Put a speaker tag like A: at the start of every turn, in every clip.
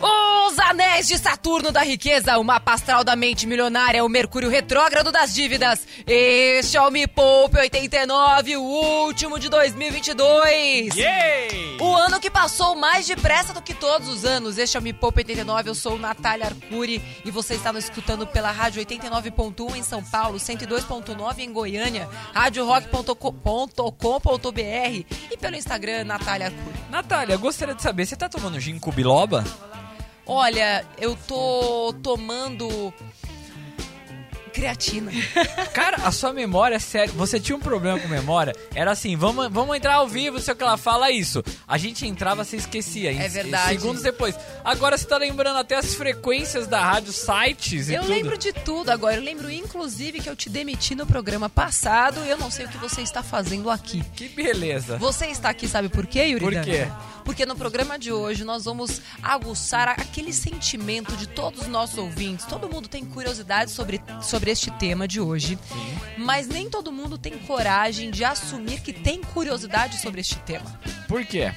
A: Os anéis de Saturno da riqueza, o mapa astral da mente milionária, o Mercúrio retrógrado das dívidas. Este é o Me Poupe 89, o último de 2022. O ano que passou mais depressa do que todos os anos. Este é o Me Poupe 89, eu sou Natália Arcuri e você está nos escutando pela Rádio 89.1 em São Paulo, 102.9 em Goiânia, radiorock.com.br e pelo Instagram Natália Arcuri.
B: Natália, eu gostaria de saber, você tá tomando gin com biloba?
A: Olha, eu tô tomando creatina.
B: Cara, a sua memória é sério. Você tinha um problema com memória? Era assim, vamos, vamos entrar ao vivo, não sei o que ela fala isso. A gente entrava, você esquecia. em-
A: É verdade.
B: Segundos depois. Agora você tá lembrando até as frequências da rádio, sites e
A: Eu
B: tudo.
A: lembro de tudo agora. Eu lembro, inclusive, que eu te demiti no programa passado e eu não sei o que você está fazendo aqui.
B: Que beleza.
A: Você está aqui, sabe por quê, Yuri?
B: Por
A: Dana?
B: quê?
A: Porque no programa de hoje nós vamos aguçar a- aquele sentimento de todos os nossos ouvintes. Todo mundo tem curiosidade sobre, sobre este tema de hoje, mas nem todo mundo tem coragem de assumir que tem curiosidade sobre este tema.
B: Por quê?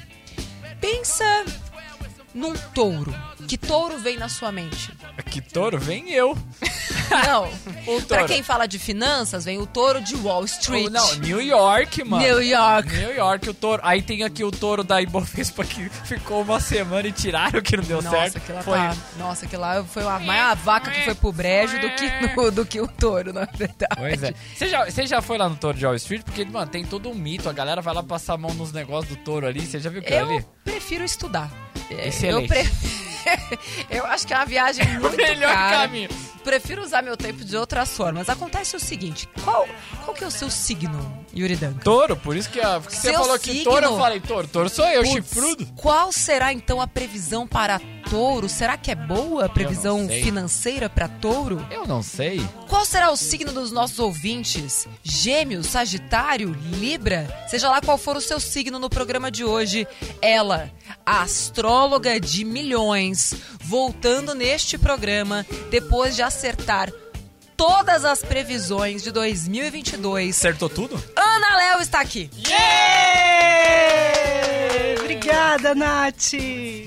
A: Pensa num touro. Que touro vem na sua mente?
B: Que touro, vem eu.
A: Não.
B: O
A: Pra
B: touro.
A: quem fala de finanças, vem o touro de Wall Street.
B: Não, New York, mano.
A: New York.
B: New York, o touro. Aí tem aqui o touro da Ibovespa que ficou uma semana e tiraram que não deu certo.
A: Nossa, que lá
B: Foi
A: tá. Nossa, que lá foi uma, mais a vaca que foi pro brejo do que, no- do que o touro, na verdade.
B: Pois é. Você já, você já foi lá no touro de Wall Street? Porque, mano, tem todo um mito. A galera vai lá passar a mão nos negócios do touro ali. Você já viu aquilo
A: Eu
B: ali?
A: prefiro estudar. É,
B: Excelente.
A: Eu, eu acho que é uma viagem muito
B: melhor
A: cara.
B: caminho.
A: Prefiro usar meu tempo de outras formas. Acontece o seguinte, qual, qual que é o seu signo, Yuri Danca?
B: Touro, por isso que, a, que você
A: Seu
B: falou que
A: signo.
B: touro, eu falei, touro, touro sou eu,
A: Putz,
B: chifrudo.
A: Qual será então a previsão para touro? Será que é boa a previsão
B: sei.
A: financeira para touro?
B: Eu não sei.
A: Qual será o signo dos nossos ouvintes? Gêmeos, Sagitário, Libra? Seja lá qual for o seu signo no programa de hoje, ela, a astróloga de milhões, voltando neste programa depois de acertar todas as previsões de 2022.
B: Acertou tudo?
A: Ana Léo está aqui.
C: Obrigada, Nath.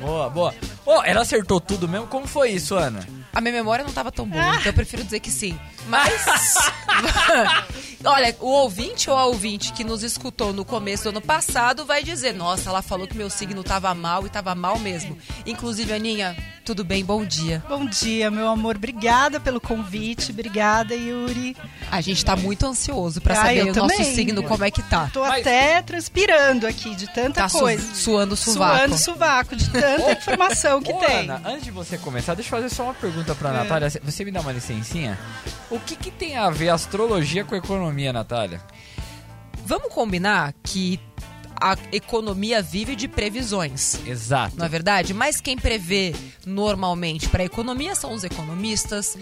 B: Boa, boa. Ô, ela acertou tudo mesmo? Como foi isso, Ana?
A: A minha memória não estava tão boa,
C: Ah.
A: então eu prefiro dizer que sim. Mas. Olha, o ouvinte ou a ouvinte que nos escutou no começo do ano passado vai dizer: Nossa, ela falou que meu signo tava mal e tava mal mesmo. Inclusive, Aninha, tudo bem, bom dia.
C: Bom dia, meu amor. Obrigada pelo convite. Obrigada, Yuri.
A: A gente tá muito ansioso pra
C: Ah,
A: saber
C: eu
A: o nosso
C: também.
A: signo, como é que tá.
C: Tô
B: Mas-
C: até transpirando aqui de tanta
A: Tá su-
C: coisa.
A: suando o sovaco.
C: Suando sovaco de tanta informação que
B: Ô,
C: tem.
B: Ana, antes de você começar, deixa eu fazer só uma pergunta
A: É.
B: pra Natália. Você me dá uma licencinha? O que, que tem a ver astrologia com economia, Natália?
A: Vamos combinar que a economia vive de previsões.
B: Exato.
A: não é verdade? Mas quem prevê normalmente para a economia são os economistas,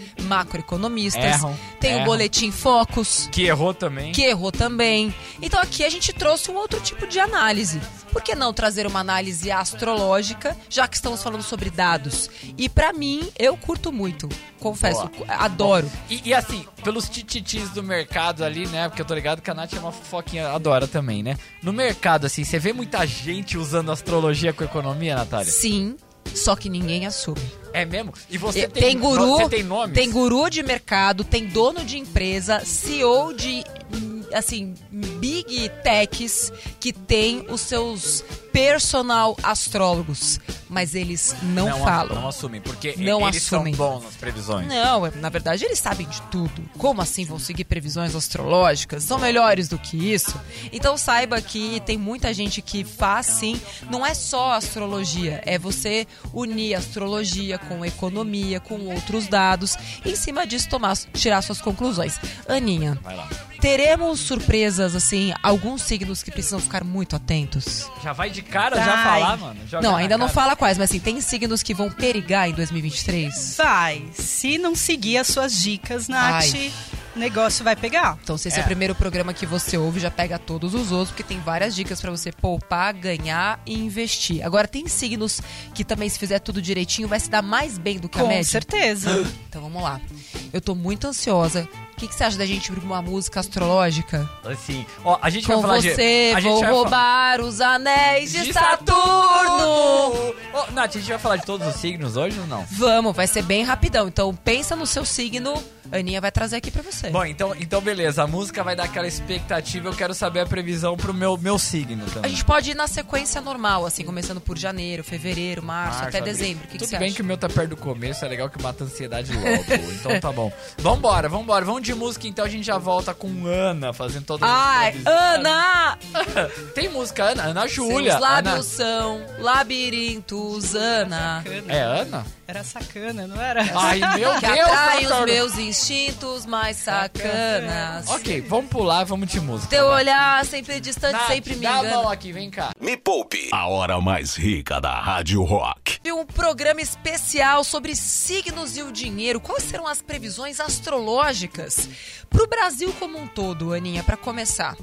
A: macroeconomistas.
B: Erram,
A: tem
B: erram.
A: o boletim Focus,
B: Que errou também.
A: que errou também. Então aqui a gente trouxe um outro tipo de análise. Por que não trazer uma análise astrológica, já que estamos falando sobre dados? E para mim, eu curto muito. Confesso, cu- adoro.
B: E, e assim, pelos tititis do mercado ali, né? Porque eu tô ligado que a Nath é uma fofoquinha, adora também, né? No mercado, assim, você vê muita gente usando astrologia com economia, Natália?
A: Sim, só que ninguém assume.
B: É mesmo? E você
A: Eh,
B: tem,
A: tem guru,
B: Você tem nomes?
A: Tem guru de mercado, tem dono de empresa, CEO de hum, assim, big techs que tem os seus personal astrólogos, mas eles não,
B: a- Não
A: falam.
B: assumem, porque
A: Não
B: eles
A: assumem.
B: são bons nas previsões.
A: Não, é- na verdade eles sabem de tudo. Como assim vão seguir previsões astrológicas? São melhores do que isso? Então saiba que tem muita gente que faz sim. Não é só astrologia, é você unir astrologia com economia, com outros dados. E em cima disso, tomar, tirar suas conclusões. Aninha,
B: Vai lá.
A: teremos surpresas, assim, alguns signos que precisam ficar muito atentos?
B: Já vai de cara, já
C: Vai.
B: falar, mano? Joga
A: não,
B: na
A: ainda não
B: cara.
A: fala quais, mas assim, tem signos que vão perigar em 2023?
C: Vai. Se não seguir as suas dicas, Nath,
A: Ai.
C: o negócio vai pegar.
A: Então, se esse é.
B: É.
A: o primeiro programa que você ouve, já pega todos os outros, porque tem várias dicas pra você poupar, ganhar e investir. Agora, tem signos que também, se fizer tudo Tá direitinho, vai se dar mais bem do que a
C: Com
A: média.
C: certeza.
A: Então, vamos lá. Eu tô muito ansiosa O que, que você acha da gente abrir uma música astrológica?
B: Assim, ó, a gente
A: Com
B: vai falar de.
A: você,
B: a gente
A: vou
B: vai fa-
A: roubar os anéis de, Saturno!
B: Ó, Nath, a gente vai falar de todos os signos hoje ou não?
A: Vamos, vai ser bem rapidão. Então pensa no seu signo, a Aninha vai trazer aqui pra você.
B: Bom, então, então beleza. A música vai dar aquela expectativa. Eu quero saber a previsão pro meu, meu signo
A: A
B: também.
A: gente pode ir na sequência normal, assim, começando por janeiro, fevereiro, março,
B: Março,
A: até
B: abril.
A: dezembro. O que, que
B: Tudo
A: você
B: bem
A: acha?
B: que o meu tá perto do começo, é legal que mata a ansiedade logo. então tá bom. Vambora, vambora. Vamos de música, então a gente já volta com Ana fazendo todas as
A: Ai,
B: previsões.
A: Ana!
B: Tem música, Ana, Ana Júlia.
A: Seus lábios
B: Ana-
A: são labirintos, Ana.
B: É Ana?
C: Era sacana, não era?
B: Ai, meu
A: Que
B: Deus, tá
A: atraem os
B: Saturno.
A: meus instintos mais sacanas.
B: Ok, vamos pular, vamos de música.
A: Teu
B: Vai.
A: olhar sempre distante,
B: Nath,
A: sempre me
B: dá a mão
A: engana. Né?
B: aqui, vem cá.
D: Me poupe.
E: A hora mais rica da Rádio Rock.
A: E um programa especial sobre signos e o dinheiro. Quais serão as previsões astrológicas para o Brasil como um todo, Aninha? Para começar,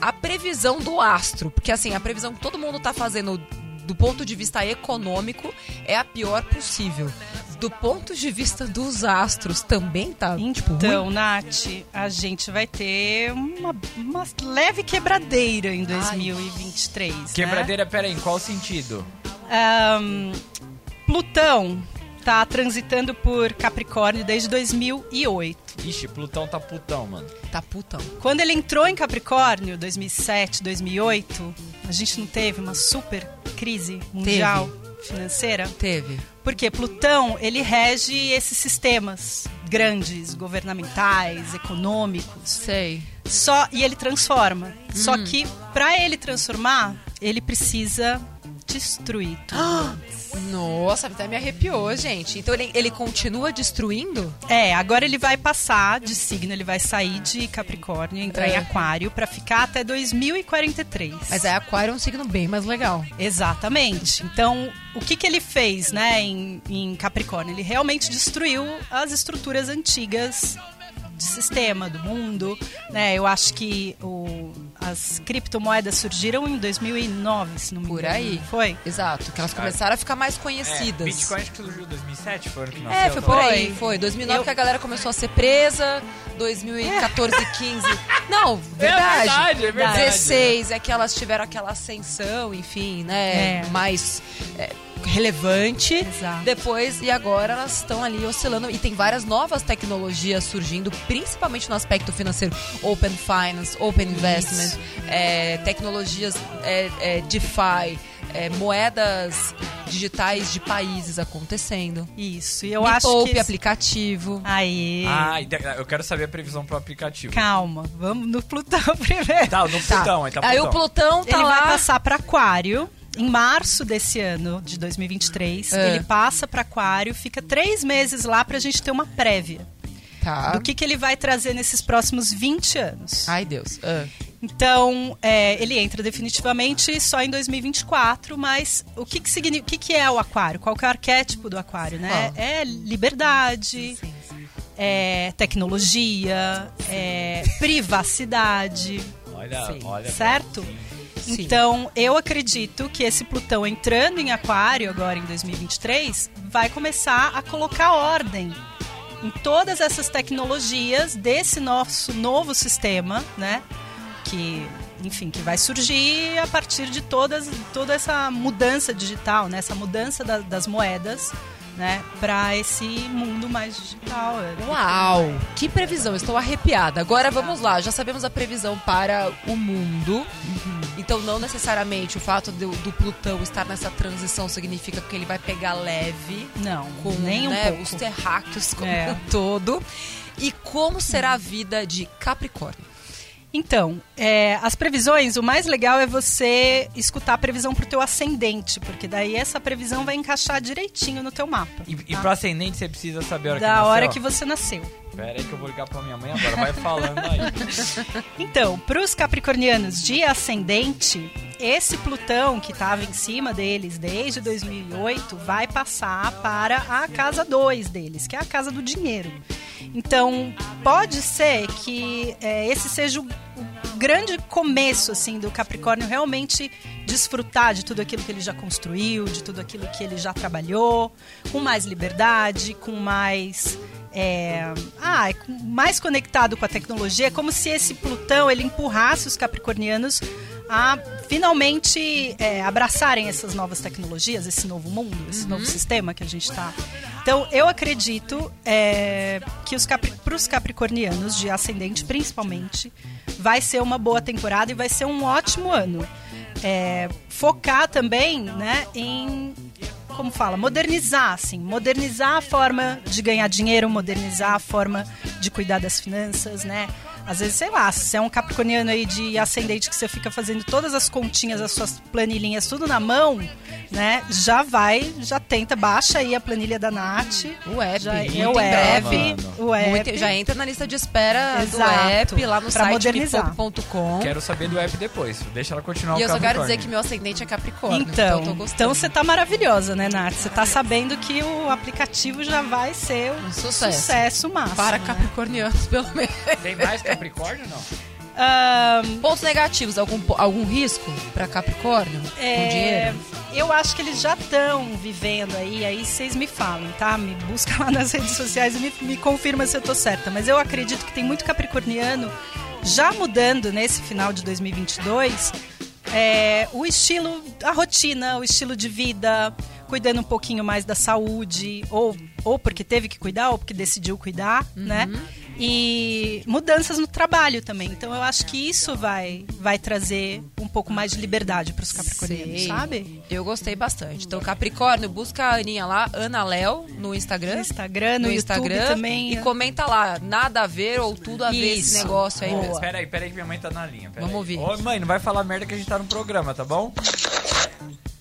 A: a previsão do astro, porque assim a previsão que todo mundo está fazendo do ponto de vista econômico é a pior possível. Do ponto de vista dos astros também tá tipo ruim?
C: Então, Nath, a gente vai ter uma, uma leve quebradeira em 2023. né?
B: Quebradeira, pera aí, em qual sentido?
C: Ahn, Plutão tá transitando por Capricórnio desde 2008.
B: Ixi, Plutão tá putão, mano.
A: tá putão.
C: Quando ele entrou em Capricórnio, 2007, 2008, a gente não teve uma super crise mundial financeira?
A: Teve.
C: Porque Plutão, ele rege esses sistemas grandes, governamentais, econômicos.
A: Sei.
C: Só e ele transforma. Só
A: Hum.
C: que para ele transformar, ele precisa destruir tudo.
A: Nossa, até me arrepiou, gente. Então ele, ele continua destruindo?
C: É, agora ele vai passar de signo, ele vai sair de Capricórnio, entrar em
A: É.
C: Aquário para ficar até 2043.
A: Mas aí Aquário é um signo bem mais legal.
C: Exatamente. Então, o que, que ele fez, né, em, em Capricórnio? Ele realmente destruiu as estruturas antigas de sistema, do mundo. Né? Eu acho que o- as criptomoedas surgiram em 2009, se não me
A: Por
C: engano.
A: aí.
C: não Foi?
A: Exato, que elas começaram a ficar mais conhecidas.
B: É, Bitcoin acho que surgiu em 2007, foi ano que nasceu.
A: É, foi por
B: tá?
A: aí, foi. 2009
C: Eu-
A: que a galera começou a ser presa, 2014, 15... Não, É. verdade.
B: verdade, é verdade.
A: 16 é que elas tiveram aquela ascensão, enfim, né,
C: É.
A: mais é, relevante.
C: Exato.
A: Depois, e agora elas estão ali oscilando. E tem várias novas tecnologias surgindo, principalmente no aspecto financeiro. Open Finance, Open Investment, é, tecnologias é, é, DeFi, é, moedas digitais de países acontecendo.
C: Isso. E eu
A: Me
C: acho
A: poupe
C: que. esse-
A: aplicativo.
C: Aí.
B: Ah, ide- eu quero saber a previsão pro aplicativo.
C: Calma, vamos no Plutão primeiro.
B: Tá, no Plutão, aí tá
A: Aí
B: Plutão.
A: o Plutão tá
C: então, ele
A: lá.
C: vai passar para Aquário. Em março desse ano, de 2023,
A: É.
C: ele passa para Aquário, fica três meses lá pra gente ter uma prévia
A: Tá.
C: do que, que ele vai trazer nesses próximos 20 anos.
A: Ai, Deus. Ah.
C: Então, é, ele entra definitivamente só em 2024, mas o que, que, signi- o que, que é o Aquário? Qual que é o arquétipo do Aquário, né? É liberdade, é tecnologia, é privacidade.
B: Olha,
C: Sim.
B: olha.
C: Certo?
A: Sim.
C: Então, eu acredito que esse Plutão entrando em Aquário agora em 2023 vai começar a colocar ordem em todas essas tecnologias desse nosso novo sistema, né? Que, enfim, que vai surgir a partir de todas, toda essa mudança digital, né? Essa mudança da- das moedas, né? Para esse mundo mais digital.
A: Uau! Que previsão, estou arrepiada. Agora vamos lá, já sabemos a previsão para o mundo. Então, não necessariamente o fato do, do Plutão estar nessa transição significa que ele vai pegar leve
C: Não,
A: com
C: nem um
A: né,
C: pouco.
A: os terráqueos como
C: É.
A: um todo. E como será a vida de Capricórnio?
C: Então, é, as previsões, o mais legal é você escutar a previsão pro teu ascendente, porque daí essa previsão vai encaixar direitinho no teu mapa.
B: E, e pro ascendente você precisa saber a hora
C: da hora
B: nasceu?
C: que você nasceu.
B: Pera aí que eu vou ligar pra minha mãe agora, vai falando aí.
C: Então, para os capricornianos de ascendente, esse Plutão que estava em cima deles desde 2008 vai passar para a casa 2 deles, que é a casa do dinheiro. Então, pode ser que eh, esse seja o, o grande começo assim do Capricórnio realmente desfrutar de tudo aquilo que ele já construiu, de tudo aquilo que ele já trabalhou, com mais liberdade, com mais é, ah, é com- mais conectado com a tecnologia, é como se esse Plutão ele empurrasse os capricornianos a finalmente é, abraçarem essas novas tecnologias, esse novo mundo, esse novo sistema que a gente está. Então, eu acredito é, que os para os capricornianos, de ascendente principalmente, vai ser uma boa temporada e vai ser um ótimo ano. É, focar também né, em como fala, modernizar, assim, modernizar a forma de ganhar dinheiro, modernizar a forma de cuidar das finanças, né? Às vezes, sei lá, se é um capricorniano aí de ascendente que você fica fazendo todas as continhas, as suas planilhinhas, tudo na mão, né? Já vai, já tenta, baixa aí a planilha da Nath.
A: O app,
C: Já,
A: muito
C: é o
A: em breve.
C: app, o app.
A: Muito- já entra na lista de espera do
C: Exato,
A: app lá no
C: pra
A: site
C: modernizar.
A: pipoco.com.
B: Quero saber do app depois. Deixa ela continuar
A: E
B: o
A: eu só quero
B: Capricórnio.
A: dizer que meu ascendente é Capricórnio.
C: Então,
A: eu tô
C: então
A: gostando.
C: você tá maravilhosa, né, Nath? Você tá sabendo que o aplicativo já vai ser um,
A: Um sucesso.
C: sucesso máximo.
A: Para
C: né?
A: capricornianos, pelo menos.
B: Tem mais Capricórnio não?
C: Ahn,
A: Pontos negativos, algum, po- algum risco pra Capricórnio? Com
C: É,
A: dinheiro?
C: eu acho que eles já estão vivendo aí, aí vocês me falam, tá? Me busca lá nas redes sociais e me, me confirma se eu tô certa. Mas eu acredito que tem muito capricorniano já mudando nesse final de 2022 é, o estilo, a rotina, o estilo de vida, cuidando um pouquinho mais da saúde, ou, ou porque teve que cuidar, ou porque decidiu cuidar,
A: Uhum.
C: né? E mudanças no trabalho também. Então eu acho que isso vai, vai trazer um pouco mais de liberdade para os capricornianos,
A: Sei.
C: Tá sabe?
A: Eu gostei bastante. Então, Capricórnio, busca a Aninha lá, Ana Léo, no Instagram.
C: No Instagram, no,
A: no
C: YouTube
A: Instagram
C: também. é.
A: e comenta lá, nada a ver ou tudo a ver esse
C: Isso.
A: negócio aí
C: Boa.
A: mesmo.
B: Pera aí, pera aí que minha mãe tá na linha. pera
A: Vamos
B: aí.
A: ouvir.
B: Ô, mãe, não vai falar merda que a gente tá no programa, tá bom?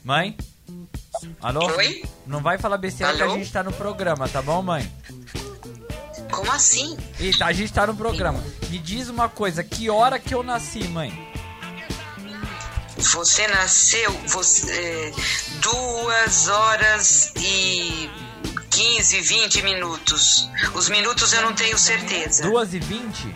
B: Mãe? Alô?
F: Oi?
B: Não vai falar besteira que a
F: Alô?
B: gente tá no programa, tá bom, mãe?
F: Como assim?
B: Eita, a gente tá no programa. Me diz uma coisa, que hora que eu nasci, mãe?
F: Você nasceu você, é, duas horas e 15, 20 minutos. Os minutos eu não tenho certeza.
B: 2 e 20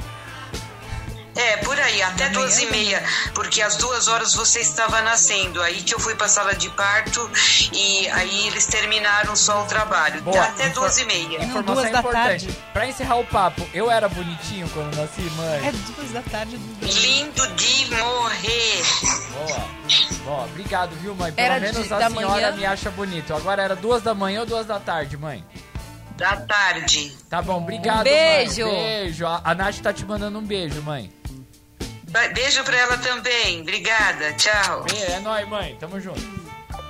F: É, por aí, até duas e meia, porque às duas horas você estava nascendo. Aí que eu fui pra sala de parto e aí eles terminaram só o trabalho. até
B: infor-
F: duas e meia.
B: Informação
C: Duas da
B: importante.
C: tarde.
B: Pra encerrar o papo, eu era bonitinho quando nasci, mãe?
C: É duas da tarde do
F: Lindo de morrer.
B: Boa. Boa, obrigado, viu, mãe? Pelo
A: Era de-
B: menos
A: da
B: a senhora
A: manhã?
B: me acha bonito. Agora era duas da manhã ou duas da tarde, mãe?
F: Da tarde.
B: Tá bom, obrigado.
A: Um beijo.
B: Mãe. Beijo. A, a Nath tá te mandando um beijo, mãe.
F: Ba- Beijo pra ela também. Obrigada. Tchau.
B: Be- É nóis, mãe. Tamo junto.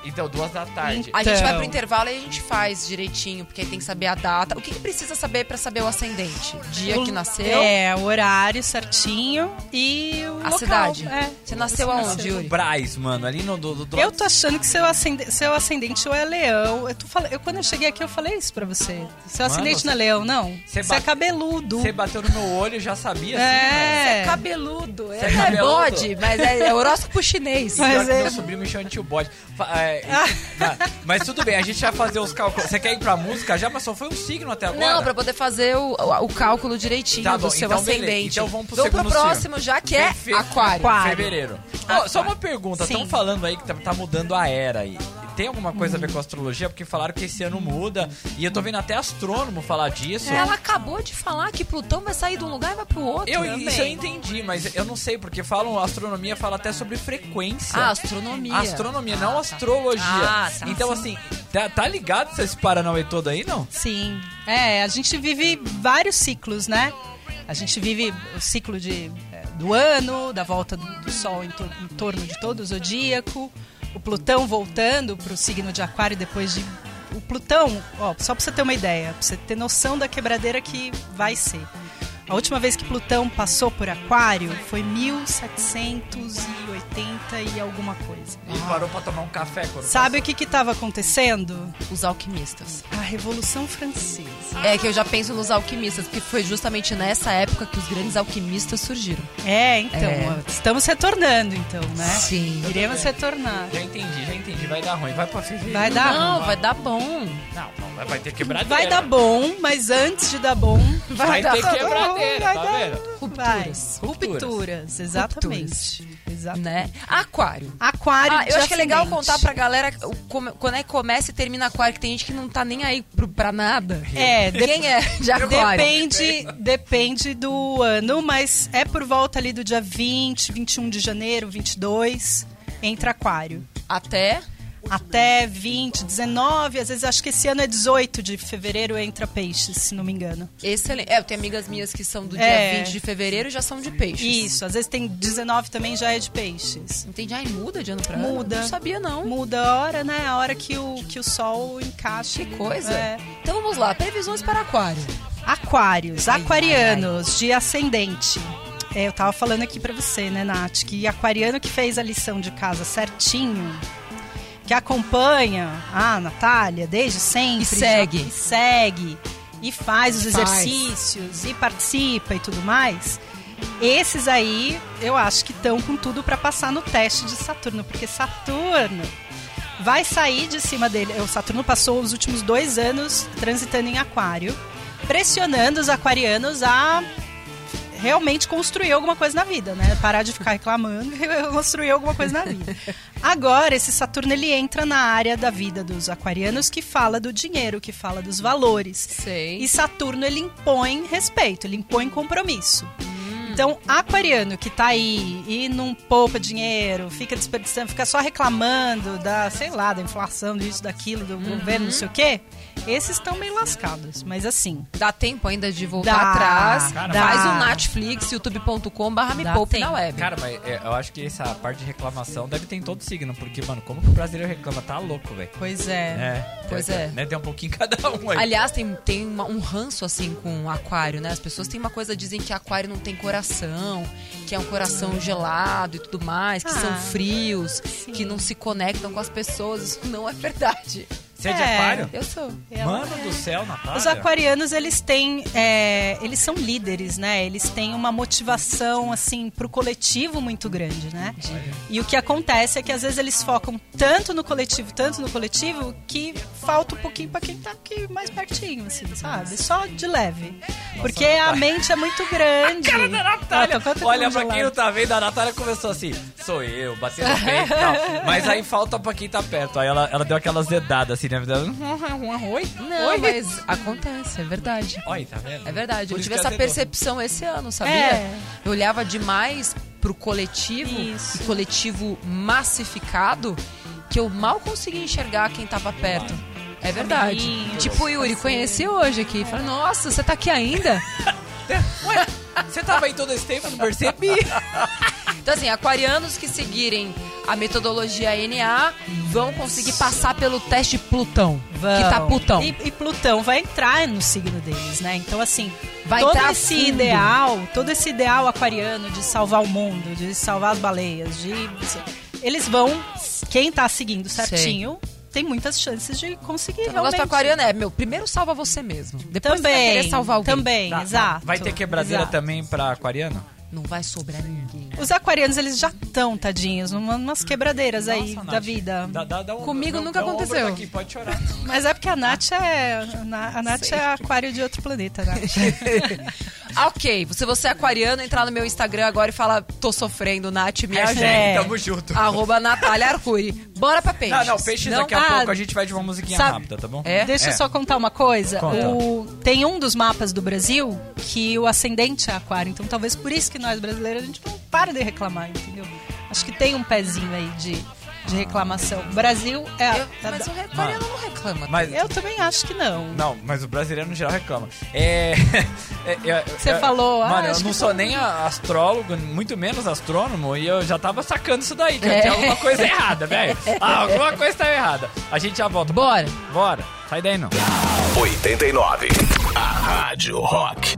B: Então, duas da tarde.
A: A gente
C: Então.
A: vai pro intervalo e a gente faz direitinho, porque aí tem que saber a data. O que, que precisa saber pra saber o ascendente? Dia que nasceu,
C: É, o horário certinho e o
A: a
C: local.
A: cidade.
C: É.
A: Você nasceu aonde, Yuri?
B: Braz, mano, ali no do, do, do-
C: Eu tô achando que seu, ascende- seu ascendente ou é leão. Eu, tô fal- eu quando eu cheguei aqui, eu falei isso pra você. Seu
B: Mano,
C: ascendente
B: você-
C: não é leão, não.
B: Você
C: Você
B: ba-
C: é cabeludo.
B: Você bateu no meu olho, eu já sabia. Assim,
C: É.
A: Cabeludo. É,
B: é cabeludo?
A: bode, mas é, é horóscopo chinês.
B: Pior
C: Mas
B: que
C: é-
B: meu sobrinho me chama de tio bode. Fa- é, na- mas tudo bem, a gente vai fazer os cálculos. Você quer ir pra música já? Mas só foi um signo até agora.
A: Não, pra poder fazer o, o- o cálculo direitinho
B: Tá bom,
A: do seu
B: então beleza.
A: ascendente.
B: Então vamos pro segundo
A: próximo, já que é
B: Fe- fe-
A: aquário.
C: Aquário.
B: Fevereiro. Ó, só uma pergunta, estão
C: Sim.
B: falando aí que tá, tá mudando a era aí. Tem alguma coisa a ver com astrologia? Porque falaram que esse ano muda. E eu tô vendo até astrônomo falar disso.
A: É, Ela acabou de falar que Plutão vai sair de um lugar e vai pro outro.
B: Eu,
A: também.
B: isso eu entendi, mas eu não sei, porque falam, a astronomia fala até sobre frequência.
A: Ah, astronomia.
B: Astronomia,
A: Ah,
B: não
A: tá.
B: astrologia.
A: Ah, tá.
B: Então, assim, tá, tá ligado esse Paranauê todo aí, não?
C: Sim. É, a gente vive vários ciclos, né? A gente vive o ciclo de, eh, do ano, da volta do do Sol em, tor- em torno de todo o zodíaco, o Plutão voltando para o signo de Aquário depois de. O Plutão, ó, só para você ter uma ideia, para você ter noção da quebradeira que vai ser. A última vez que Plutão passou por Aquário foi 1780 e alguma coisa.
B: E parou pra tomar um café quando
C: Ah. Sabe o que estava acontecendo?
A: Os alquimistas.
C: A Revolução Francesa.
A: É que eu já penso nos alquimistas, porque foi justamente nessa época que os grandes alquimistas surgiram.
C: É, então,
A: É.
C: ó, estamos retornando, então, né?
A: Sim.
C: Iremos retornar.
A: Ah,
B: Já entendi, já entendi. Vai dar ruim. Vai pra fevereiro.
C: Vai dar
A: não, vai dar bom.
B: Não, não. Mas vai ter quebradeira.
C: Vai dar bom, mas antes de dar bom, vai,
B: Vai
C: dar
B: ter
C: bom,
B: quebradeira,
C: vai
B: tá
C: dar-
B: vendo?
C: Vai.
A: Rupturas.
C: Rupturas. exatamente. Exatamente.
A: Né? Aquário.
C: Aquário
A: Ah,
C: de
A: eu acho que é legal
C: ascendente.
A: contar pra galera o come- quando é que começa e termina aquário, que tem gente que não tá nem aí pro- pra nada.
C: É, de-
A: Quem é de aquário?
C: Depende, depende do ano, mas é por volta ali do dia 20, 21 de janeiro, 22, entra aquário.
A: Até.
C: Até 20, 19, às vezes acho que esse ano é 18 de fevereiro entra peixes, se não me engano.
A: Excelente. É, eu tenho amigas minhas que são do dia
C: É.
A: 20 de fevereiro e já são de peixe. assim.
C: Isso, às vezes tem 19 também já é de peixes.
A: Entendi. Ai, muda de ano pra ano?
C: Muda.
A: Ah, Não sabia, não.
C: Muda a hora, né? A hora que o, que o sol encaixa.
A: Que coisa.
C: É.
A: Então vamos lá. Previsões para aquário.
C: Aquários,
A: Ai,
C: aquarianos de ascendente. É, eu tava falando aqui pra você, né, Nath, que aquariano que fez a lição de casa certinho, que acompanha a Natália desde sempre.
A: E segue.
C: já- e segue, e faz os
A: Faz.
C: exercícios, e participa e tudo mais. Esses aí, eu acho que estão com tudo pra passar no teste de Saturno, porque Saturno vai sair de cima dele. O Saturno passou os últimos dois anos transitando em Aquário, pressionando os aquarianos a realmente construir alguma coisa na vida, né? Parar de ficar reclamando e construir alguma coisa na vida. Agora, esse Saturno ele entra na área da vida dos aquarianos que fala do dinheiro, que fala dos valores.
A: Sei.
C: E Saturno ele impõe respeito, ele impõe compromisso. Então, aquariano que tá aí e não poupa dinheiro, fica desperdiçando, fica só reclamando da, sei lá, da inflação, disso, daquilo, do governo, não sei o quê, esses estão bem lascados. Mas assim,
A: Dá tempo ainda de voltar
C: Dá,
A: atrás.
C: cara,
A: Faz
C: dá.
A: o Netflix, youtube.com barra me
C: Dá
A: poupe
C: tempo.
A: na web.
B: Cara, mas é, eu acho que essa parte de reclamação deve ter em todo signo, porque, mano, como que o brasileiro reclama? Tá louco, velho.
C: pois é.
B: É,
A: Pois
B: deve-
A: é.
B: Né, tem um pouquinho cada um aí.
A: Aliás, tem, tem uma- um ranço assim com aquário, né? As pessoas têm uma coisa, dizem que aquário não tem coração, que é um coração gelado e tudo mais, que são
C: Ah,
A: frios, que não se conectam com as pessoas. Isso não é verdade.
B: Você é de
C: É.
B: aquário?
A: Eu sou.
C: Eu-
B: Mano do céu, Natália.
C: Os aquarianos, eles têm. é, eles são líderes, né? Eles têm uma motivação, assim, pro coletivo muito grande, né? E o que acontece é que às vezes eles focam tanto no coletivo, tanto no coletivo, que falta um pouquinho pra quem tá aqui mais pertinho, assim, sabe? Só de leve. Porque a mente é muito grande.
B: tá. Cara da Natália!
C: Ah, tô- quanto
B: Olha,
C: que
B: pra
C: eu
B: quem não tá vendo, a Natália começou assim, sou eu, batendo no peito e tal. Mas aí falta pra quem tá perto. Aí ela, ela deu aquela zedada assim, né?
C: Uhum.
B: Oi?
A: Não, mas acontece, é verdade.
B: Oi, tá vendo?
A: É verdade.
B: Por
A: Eu
B: isso
A: tive
B: que
A: essa
B: azedou.
A: percepção esse ano, sabia?
C: É.
A: Eu olhava demais pro coletivo,
C: Isso.
A: e coletivo massificado, que eu mal conseguia enxergar quem tava perto. É verdade.
C: amiguinhos,
A: tipo o Yuri, conheci hoje aqui. Falei, nossa, você tá aqui ainda?
B: Você tava aí todo esse tempo, não percebi.
A: Então, assim, aquarianos que seguirem a metodologia NA vão conseguir passar pelo teste Plutão. Que tá
C: Vão.
A: Plutão.
C: E, e Plutão vai entrar no signo deles, né? Então, assim,
A: Vai
C: todo
A: entrar
C: esse
A: fundo.
C: ideal, todo esse ideal aquariano de salvar o mundo, de salvar as baleias, de. Eles vão, quem tá seguindo certinho, tem muitas chances de conseguir
A: Então, o
C: realmente.
A: negócio do aquariano é, meu, primeiro salva você mesmo. Depois você vai
C: também,
A: querer salvar alguém.
C: também,
B: Tá, tá.
C: exato.
B: Vai ter quebradeira
C: exato.
B: também pra aquariano?
A: Não vai sobrar ninguém.
C: Os aquarianos, eles já estão, tadinhos, numa- umas quebradeiras aí
B: Hum. Nossa,
C: da
B: Nath,
C: vida.
B: dá- dá- dá um-
A: Comigo
B: dá um-
A: nunca
B: dá um ombro
A: aconteceu.
B: daqui, pode chorar.
C: Mas é porque a Nath é. A Na- a Nath é aquário de outro planeta, Nath.
A: Ok, se você é aquariano, entrar no meu Instagram agora e falar, tô sofrendo, Nath, me
C: É.
A: ajuda.
B: Hashtag, tamo
C: Ah,
B: junto.
A: Arroba Natália Arcuri. Bora pra peixes.
B: Não, não, peixes daqui a
C: Ah,
B: pouco a gente vai de uma musiquinha
C: sabe-
B: rápida, tá bom?
A: É?
C: Deixa eu
B: É.
C: só contar uma coisa.
B: Conta.
C: O- tem um dos mapas do Brasil que o ascendente é aquário. Então talvez por isso que nós brasileiros a gente não para de reclamar, entendeu? Acho que tem um pezinho aí de, de reclamação. O Brasil é. a-
A: Eu- mas o aquariano não reclama.
B: tá Mas,
C: eu também acho que não.
B: Não, mas o brasileiro no geral reclama. É. é, é,
C: Você
B: é,
C: falou, ah,
B: Mano, eu
C: acho
B: não
C: que
B: sou
C: todo
B: nem a- astrólogo, muito menos astrônomo, e eu já tava sacando isso daí, que
A: É.
B: tinha alguma coisa errada, velho. Ah, alguma coisa tá errada. A gente já volta.
A: Bora.
B: Bora. Sai daí não.
D: 89.
E: A Rádio Rock.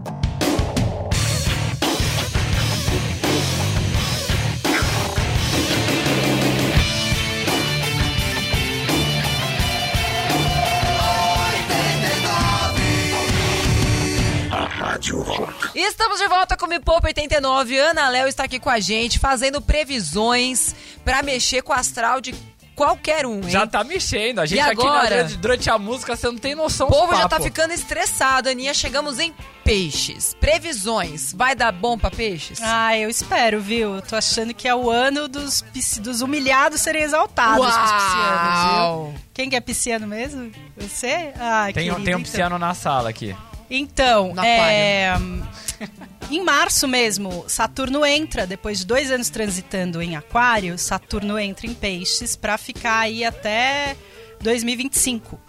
E: A Rádio Rock.
A: E Estamos de volta com o Me Poupa 89. Ana Léo está aqui com a gente, fazendo previsões pra mexer com o astral de qualquer um, hein?
B: Já tá mexendo. A gente
A: E
B: aqui na-
A: agora?
B: durante a música, você não tem noção
A: O
B: do
A: povo já tá
B: papo.
A: ficando estressado, Aninha. Chegamos em peixes. Previsões. Vai dar bom pra peixes?
C: Ah, eu espero, viu? Eu tô achando que é o ano dos, pis- dos humilhados serem exaltados pros piscianos,
A: Uau!
C: viu? Quem que é pisciano mesmo? Você? Ah,
B: Tem,
C: querido,
B: tem um
C: então.
B: pisciano na sala aqui.
C: Então,
A: No
C: é, em março mesmo, Saturno entra, depois de dois anos transitando em aquário, Saturno entra em peixes para ficar aí até 2025.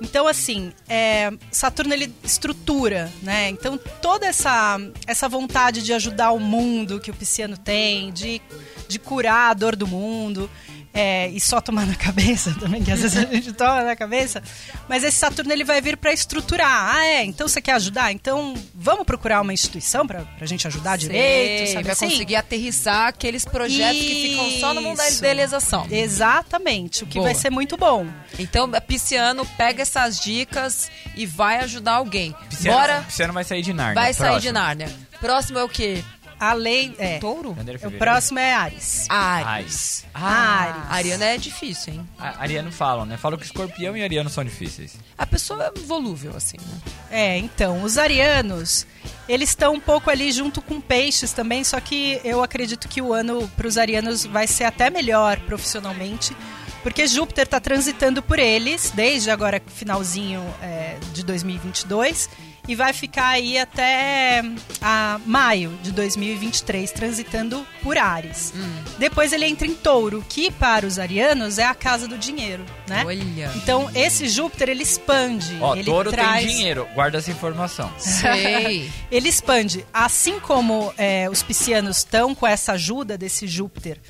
C: Então, assim, é, Saturno ele estrutura, né? Então, toda essa, essa vontade de ajudar o mundo que o pisciano tem, de, de curar a dor do mundo, é, e só tomar na cabeça também, que às vezes a gente toma na cabeça. Mas esse Saturno ele vai vir para estruturar. Ah, é? Então você quer ajudar? Então vamos procurar uma instituição para a gente ajudar direito,
A: Sei,
C: sabe
A: vai
C: assim?
A: conseguir aterrissar aqueles projetos que ficam só no mundo da
C: Isso.
A: idealização.
C: Exatamente, o que
A: Boa.
C: vai ser muito bom.
A: Então, Pisciano, pega essas dicas e vai ajudar alguém.
B: Pisciano,
A: Bora,
B: Pisciano vai sair de Narnia.
A: vai sair de
B: próximo.
A: Nárnia. Próximo é o quê?
C: A lei é.
A: Touro?
B: Janeiro,
C: O
B: fevereiro.
C: próximo é Ares.
A: Ares.
C: Ares.
A: Ariana é difícil, hein?
B: A- Ariano falam, né? Falam que escorpião e ariano são difíceis.
A: A pessoa é volúvel, assim, né?
C: É, então, os arianos, eles estão um pouco ali junto com peixes também, só que eu acredito que o ano para os arianos vai ser até melhor profissionalmente, porque Júpiter está transitando por eles desde agora finalzinho é, de 2022 e vai ficar aí até hum, a maio de 2023 transitando por Ares. Depois ele entra em Touro, que para os arianos é a casa do dinheiro, né?
A: Olha.
C: Então esse Júpiter ele expande,
B: Ó,
C: ele
B: touro
C: traz
B: tem dinheiro. Guarda essa informação.
A: Sei.
C: ele expande. Assim como é, os piscianos estão com essa ajuda desse Júpiter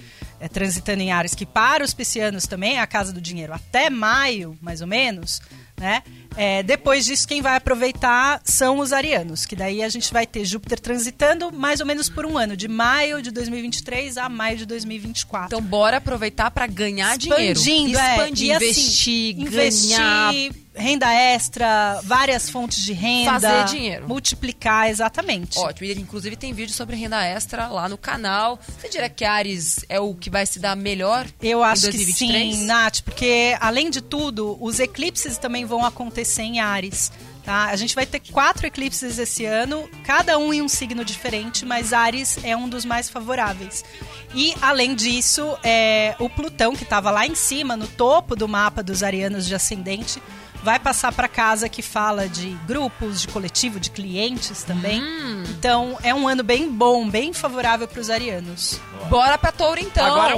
C: é, transitando em Ares, que para os piscianos também é a casa do dinheiro, até maio, mais ou menos, né? É, depois disso, quem vai aproveitar são os arianos, que daí a gente vai ter Júpiter transitando mais ou menos por um ano, de maio de 2023 a maio de 2024
A: Então bora aproveitar pra ganhar dinheiro.
C: expandindo, é.
A: Expandir,
C: E, assim,
A: investir,
C: investir,
A: ganhar.
C: renda extra, várias fontes de renda,
A: Fazer dinheiro.
C: multiplicar exatamente.
A: Ótimo, e inclusive tem vídeo sobre renda extra lá no canal. Você diria que Ares é o que vai se dar melhor
C: Eu acho
A: em
C: que
A: 2023?
C: sim, Nath, porque além de tudo, os eclipses também vão acontecer em Ares. Tá? A gente vai ter quatro eclipses esse ano, cada um em um signo diferente, mas Ares é um dos mais favoráveis. E, além disso, é, o Plutão, que estava lá em cima, no topo do mapa dos arianos de ascendente, vai passar para casa que fala de grupos, de coletivo, de clientes também. Então, é um ano bem bom, bem favorável para os arianos.
A: Bora pra Touro então.
B: Agora-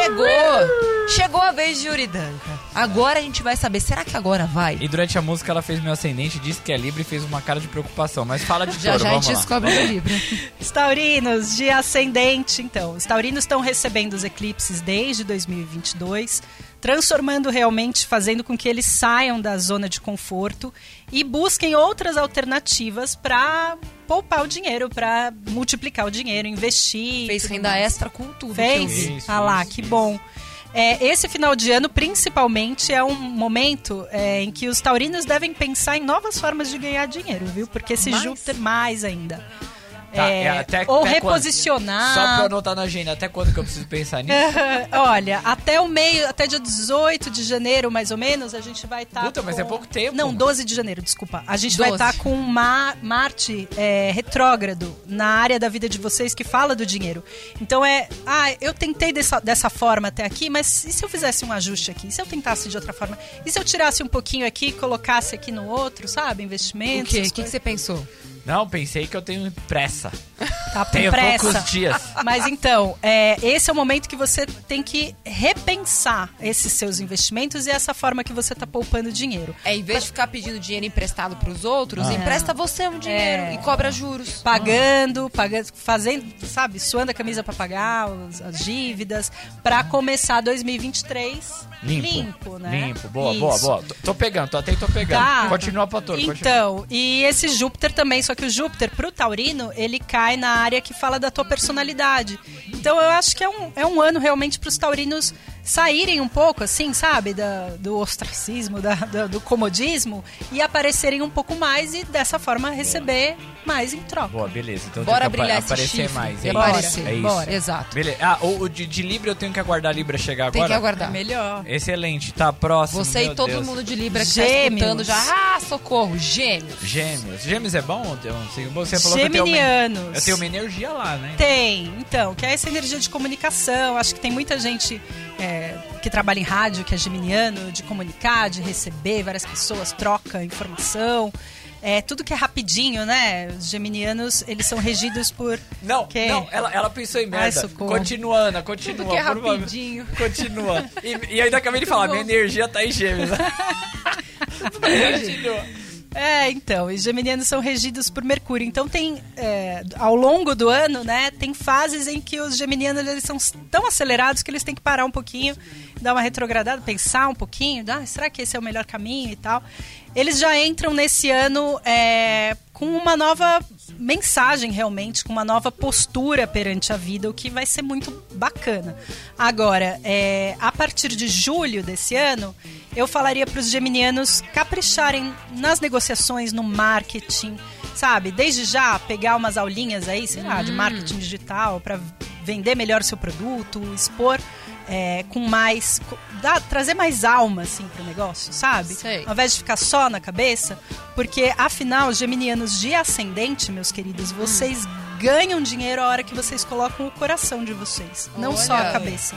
A: chegou. Chegou a vez de Uridanka. Agora a gente vai saber, será que agora vai?
B: E durante a música ela fez meu ascendente, disse que é livre e fez uma cara de preocupação. Mas fala de touro,
A: Já já a
B: vamos
A: gente
B: lá.
A: descobre no livro.
C: Os taurinos de ascendente, então. Os taurinos estão recebendo os eclipses desde 2022, transformando realmente, fazendo com que eles saiam da zona de conforto e busquem outras alternativas para poupar o dinheiro, para multiplicar o dinheiro, investir.
A: Fez
C: tudo
A: renda
C: mais.
A: extra com tudo. que eu vi.
C: Fez?
B: Isso,
C: Ah lá,
B: isso,
C: que
B: isso.
C: bom. É, esse final de ano, principalmente, é um momento é, em que os taurinos devem pensar em novas formas de ganhar dinheiro, viu? Porque esse
A: Mais?
C: Júpiter mais ainda.
B: Tá,
C: É,
B: é, até-
C: ou
B: até quando?
C: reposicionar.
B: Só pra eu anotar na agenda, até quando que eu preciso pensar
A: É.
B: nisso?
C: Olha, até o meio, até dia 18 de janeiro, mais ou menos, a gente vai estar.
B: Puta, mas é pouco tempo.
C: Não, 12 de janeiro, desculpa. A gente vai
A: 12.
C: estar com Ma- Marte é, retrógrado na área da vida de vocês que fala do dinheiro. Então é. Ah, eu tentei dessa, dessa forma até aqui, mas e se eu fizesse um ajuste aqui? E se eu tentasse de outra forma? E se eu tirasse um pouquinho aqui e colocasse aqui no outro, sabe?
A: O
C: Investimentos.
A: quê? O
C: essas
A: que, que
C: coisas.
A: você pensou?
B: Não, pensei que eu tenho pressa.
C: Tá com
B: Tenho
C: pressa.
B: poucos dias.
C: Mas então, é, esse é o momento que você tem que repensar esses seus investimentos e essa forma que você está poupando dinheiro.
A: É, em vez de ficar pedindo dinheiro emprestado pros outros, empresta você um dinheiro
C: Ah. É.
A: e cobra juros.
C: Pagando, pagando, fazendo, sabe, suando a camisa para pagar os- as dívidas, para começar 2023
B: Limpo.
C: né?
B: Limpo, boa, boa,
C: Isso.
B: boa. Tô, tô pegando, tô até tô pegando.
C: Tá.
B: Continua pra touro, continua.
C: Então, e esse Júpiter também, só que o Júpiter pro taurino, ele cai na área que fala da tua personalidade. Então eu acho que é um, é um ano realmente pros taurinos saírem um pouco, assim, sabe, da, do ostracismo, da, da- do comodismo e aparecerem um pouco mais e dessa forma receber mais em troca.
B: Boa, beleza. Então
A: Bora
B: tem que apa-
A: brilhar esse
B: aparecer
A: chifre.
B: mais.
A: E
B: É isso.
A: aparecer,
B: É isso.
A: bora, exato.
B: Beleza. Ah, o, o de, de Libra eu tenho que aguardar a Libra chegar
A: Tem
B: agora?
A: que aguardar.
C: É Melhor.
B: Excelente, tá próximo.
A: Você
B: É meu
A: e todo
B: Deus.
A: mundo de Libra que tá
C: Gêmeos.
A: escutando já. Ah, socorro, gêmeos.
B: Gêmeos. Gêmeos é bom? ou tem um signo bom? Você falou que eu tenho, uma,
C: Geminianos.
B: eu tenho uma energia lá, né?
C: Tem, então, que é essa energia de comunicação. Acho que tem muita gente é, que trabalha em rádio, que é geminiano, de comunicar, de receber várias pessoas, troca informação. É, tudo que é rapidinho, né? Os geminianos, eles são regidos por...
B: Não,
C: quê?
B: não, ela, ela pensou em merda.
C: socorro.
B: continua, Ana, continua.
A: Tudo que é
B: por favor.
A: rapidinho.
B: Continua. E, e ainda acabei de falar,
A: bom.
B: minha energia tá em gêmeos. continua.
C: É, então, os geminianos são regidos por Mercúrio. Então tem, é, ao longo do ano, né, tem fases em que os geminianos eles são tão acelerados que eles têm que parar um pouquinho, dar uma retrogradada, pensar um pouquinho, ah, será que esse é o melhor caminho e tal. Eles já entram nesse ano é, com uma nova mensagem realmente, com uma nova postura perante a vida, o que vai ser muito bacana. Agora, é, a partir de julho desse ano, eu falaria para os geminianos capricharem nas negociações, no marketing, sabe? Desde já pegar umas aulinhas aí, sei lá, de
A: Hum.
C: marketing digital para vender melhor o seu produto, expor é, com mais, co- dá- trazer mais alma assim para o negócio, sabe?
A: Sei.
C: Ao invés de ficar só na cabeça, porque afinal, geminianos de ascendente, meus queridos,
A: Hum.
C: vocês ganham dinheiro a hora que vocês colocam o coração de vocês, não só
A: Olha.
C: a cabeça.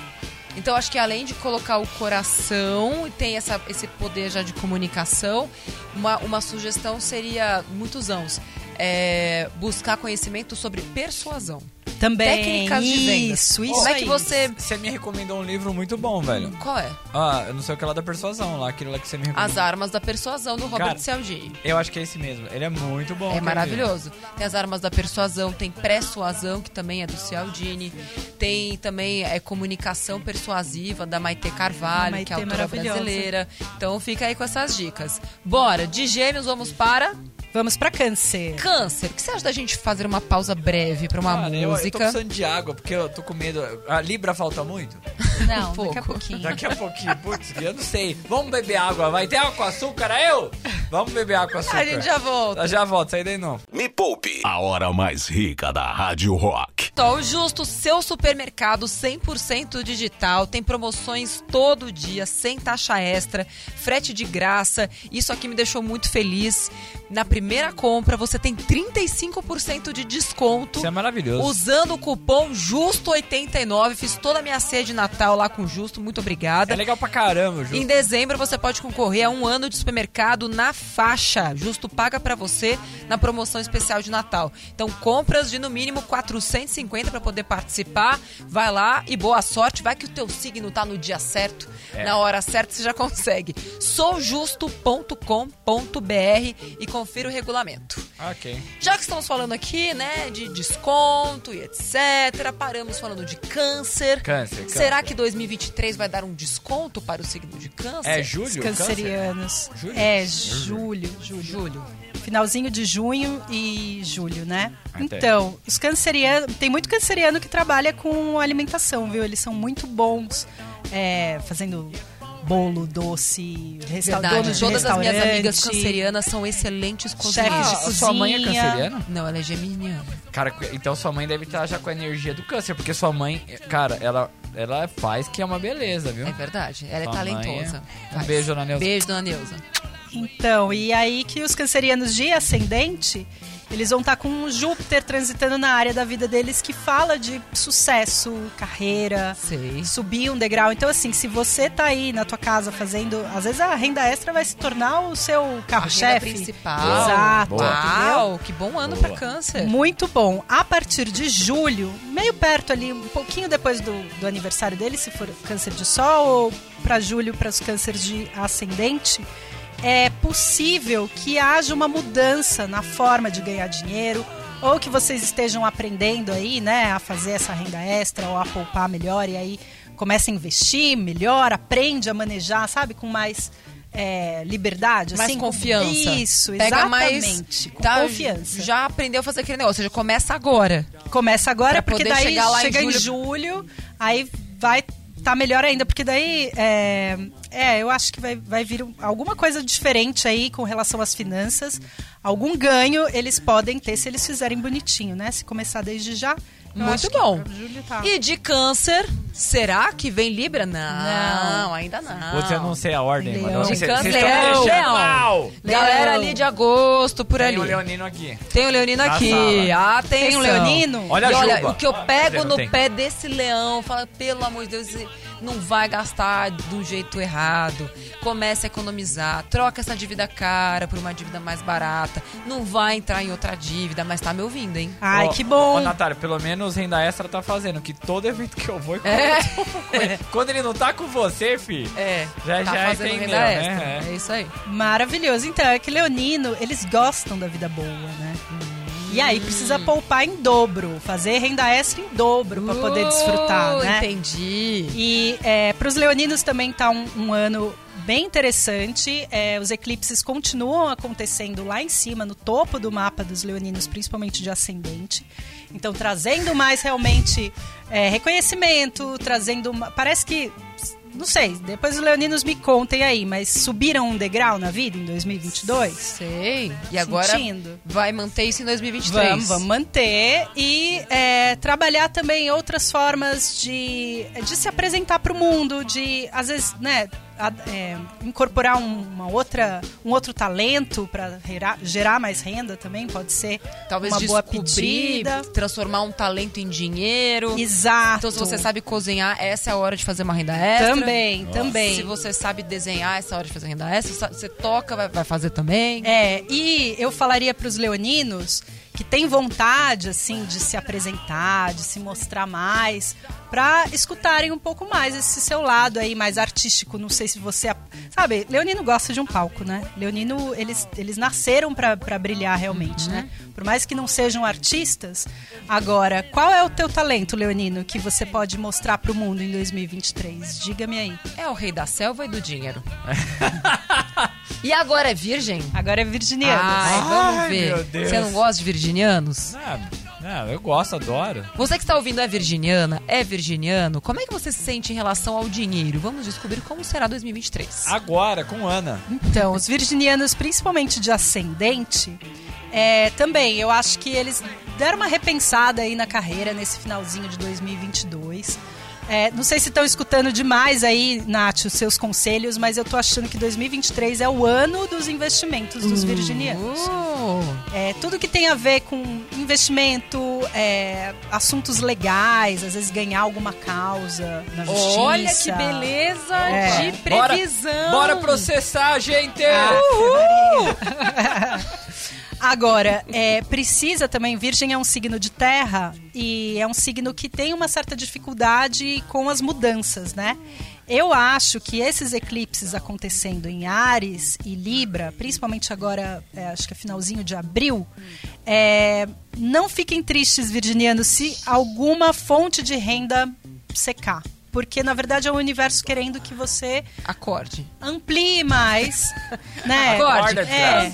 A: Então acho que além de colocar o coração e tem essa, esse poder já de comunicação, uma, uma sugestão seria muitos anos. é, buscar conhecimento sobre persuasão.
C: Também
A: Técnicas de vendas.
C: isso, isso
A: Como é
C: aí.
A: que você.
B: Você me recomendou um livro muito bom, velho.
A: Qual é?
B: Ah, eu não sei o que lá da persuasão, lá, aquilo lá que você me recomendou.
A: As armas da persuasão do Robert
B: Cara,
A: Cialdini.
B: Eu acho que é esse mesmo. Ele é muito bom.
A: É
B: quer
A: maravilhoso. Tem as armas da persuasão, tem persuasão, que também é do Cialdini. Tem também é, comunicação persuasiva da Maite Carvalho,
C: Maitê
A: que é autora
C: maravilhosa.
A: brasileira. Então fica aí com essas dicas. Bora, de gêmeos vamos para
C: Vamos pra câncer.
A: câncer. O que você acha da gente fazer uma pausa breve para uma
B: Cara, eu, eu tô
A: música?
B: precisando de água, porque eu tô com medo. A Libra falta muito?
C: Não,
A: pouco.
C: daqui a pouquinho.
B: Daqui a pouquinho, putz, eu não sei. Vamos beber água, vai ter água com açúcar, é eu? Vamos beber água com açúcar.
A: Ah, A gente já volta.
B: Eu já volto, sai daí não.
D: Me poupe.
E: A hora mais rica da Rádio Rock.
A: Sol Justo, seu supermercado 100% digital, tem promoções todo dia, sem taxa extra, frete de graça. Isso aqui me deixou muito feliz. Na primeira compra, você tem 35% de desconto.
B: Isso é maravilhoso.
A: Usando o cupom Justo89, fiz toda a minha ceia de Natal lá com o Justo, muito obrigada.
B: É legal pra caramba, Ju.
A: Em dezembro você pode concorrer a um ano de supermercado na faixa. Justo paga pra você na promoção especial de Natal. Então compras de no mínimo 450 pra poder participar. Vai lá e boa sorte. Vai que o teu signo tá no dia certo, na hora certa você já consegue. Soujusto.com.br e confira o regulamento.
B: Ah, Ok.
A: Já que estamos falando aqui, né, de desconto e etc, paramos falando de câncer.
B: Câncer, câncer.
A: Será que 2023 vai dar um desconto para o signo de câncer?
B: É julho?
C: Os
B: câncer?
C: cancerianos.
B: Julho?
C: É,
B: Julho.
C: julho, julho. Finalzinho de junho e julho, né?
B: Até.
C: Então, os cancerianos. Tem muito canceriano que trabalha com alimentação, viu? Eles são muito bons é, fazendo bolo, doce, resta
A: Verdade.
C: dono de
A: Todas as minhas
C: restaurante,
A: amigas cancerianas são excelentes cozinheiras.
C: chefes de
B: Ah,
C: cozinha.
B: sua mãe é canceriana?
A: Não, ela é geminiana.
B: Cara, então sua mãe deve estar já com a energia do câncer, porque sua mãe, cara, ela, ela faz que é uma beleza, viu?
A: É verdade. Ela é
B: Sua mãe é-
A: talentosa.
B: Um
A: Faz.
B: beijo, Ana Neuza.
A: Beijo, Dona Neuza.
C: Então, e aí que os cancerianos de ascendente, eles vão estar com um Júpiter transitando na área da vida deles que fala de sucesso, carreira,
A: Sei.
C: subir um degrau. Então, assim, se você tá aí na tua casa fazendo, às vezes a renda extra vai se tornar o seu
A: Agenda
C: carro-chefe.
A: principal.
C: Exato,
A: Uau, que bom ano para câncer.
C: Muito bom. A partir de julho, meio perto ali, um pouquinho depois do, do aniversário dele, se for câncer de sol, ou para julho, para os cânceres de ascendente, é possível que haja uma mudança na forma de ganhar dinheiro, ou que vocês estejam aprendendo aí, né, a fazer essa renda extra ou a poupar melhor, e aí começa a investir melhor, aprende a manejar, sabe, com mais. é, liberdade,
A: Mais
C: assim, com-
A: confiança.
C: Isso,
A: Pega mais,
C: exatamente. com
A: tá,
C: confiança.
A: Já aprendeu a fazer aquele negócio, já começa agora.
C: Começa agora,
A: Pra
C: porque
A: poder
C: daí
A: chegar lá em
C: chega em julho, aí vai tá melhor ainda, porque daí é, é, eu acho que vai, vai vir um- alguma coisa diferente aí com relação às finanças. Algum ganho eles podem ter se eles fizerem bonitinho, né? Se começar desde já. eu
A: Muito
C: acho que
A: bom.
C: a Júlia tá-
A: E de câncer, será que vem Libra? Não, ainda não.
B: Você não sei a ordem,
C: Leão.
B: mano.
A: De
B: Vocês-
A: câncer, é
B: vocês estão
A: Leão.
B: deixando
A: Leão.
B: mal.
A: Galera
C: Leão.
A: ali de agosto, por
B: Tem
A: ali.
B: o Leonino aqui.
A: Tem o Leonino
B: Na
A: aqui. Ah, tem,
C: Tem um
A: o Leonino.
C: Leonino?
B: Olha
A: e
B: a
A: olha,
B: juba.
A: o que eu pego
B: Não
A: no
B: tem.
A: pé desse leão, fala, pelo amor de Deus, não vai gastar do jeito errado. Começa a economizar, troca essa dívida cara por uma dívida mais barata. Não vai entrar em outra dívida, mas tá me ouvindo, hein?
C: Ai,
B: Ó,
C: que bom.
B: Ó, Natália, pelo menos renda extra tá fazendo, que todo evento que eu vou...
A: É.
C: Ah,
B: Quando ele não tá com você, fi...
A: É,
B: Já-
A: tá
B: já
A: fazendo
B: entendeu,
A: renda
B: né?
A: extra.
B: É.
A: É isso aí.
C: Maravilhoso. Então, é que Leonino, eles gostam da vida boa, né? E aí precisa poupar em dobro, fazer renda extra em dobro pra poder desfrutar,
A: Uh,
C: né?
A: Entendi.
C: E para os leoninos também tá um, um ano bem interessante. É, os eclipses continuam acontecendo lá em cima, no topo do mapa dos leoninos, principalmente de ascendente. Então, trazendo mais realmente é, reconhecimento, trazendo. uma- Parece que. Não sei, depois os leoninos me contem aí, mas subiram um degrau na vida em 2022?
A: Sei. E agora
C: Sentindo.
A: vai manter isso em 2023.
C: Vamos, vamos manter e é, trabalhar também outras formas de, de se apresentar para o mundo, de às vezes, né, a- é, incorporar um, uma outra, um outro talento para gerar mais renda também pode ser
A: Talvez
C: uma boa
A: descobrir,
C: pedida.
A: transformar um talento em dinheiro.
C: Exato.
A: Então, se você sabe cozinhar, essa é a hora de fazer uma renda extra.
C: também, também.
A: Se você sabe desenhar, essa é a hora de fazer renda extra. Sa- Você toca, vai, vai fazer também.
C: É, e eu falaria para os leoninos que têm vontade, assim, de se apresentar, de se mostrar mais, para escutarem um pouco mais esse seu lado aí mais artístico. Não sei se você. Sabe, Leonino gosta de um palco, né? Leonino, eles, eles nasceram para brilhar realmente, né? Por mais que não sejam artistas. Agora, qual é o teu talento, Leonino, que você pode mostrar para o mundo em 2023? Diga-me aí.
A: É o rei da selva e do dinheiro. e agora é virgem?
C: Agora é virginiano.
A: Ai, vamos
B: Ai,
A: ver.
B: meu Deus.
A: Você não gosta de virginianos?
B: Não, não, eu gosto, adoro.
A: Você que está ouvindo é virginiana? É virginiano? Como é que você se sente em relação ao dinheiro? Vamos descobrir como será 2023.
B: Agora, com Ana.
C: Então, os virginianos, principalmente de ascendente, é, também, eu acho que eles deram uma repensada aí na carreira nesse finalzinho de 2022. É, não sei se estão escutando demais aí, Nath, os seus conselhos, mas eu tô achando que 2023 é o ano dos investimentos
A: Hum.
C: dos
A: É.
C: virginianos.
B: Oh,
A: Uh,
C: É, tudo que tem a ver com investimento, é, assuntos legais, às vezes ganhar alguma causa na justiça.
A: olha que beleza
C: É.
A: de previsão.
B: Bora, bora processar, gente!
A: Ah,
C: Agora, é, precisa também, Virgem é um signo de terra e é um signo que tem uma certa dificuldade com as mudanças, né? Eu acho que esses eclipses acontecendo em Ares e Libra, principalmente agora, é, acho que é finalzinho de abril, é, não fiquem tristes, virginianos, se alguma fonte de renda secar. Porque, na verdade, é o universo querendo que você
A: Acorde.
C: amplie mais, né?
B: Acorda, desgraça.
C: é,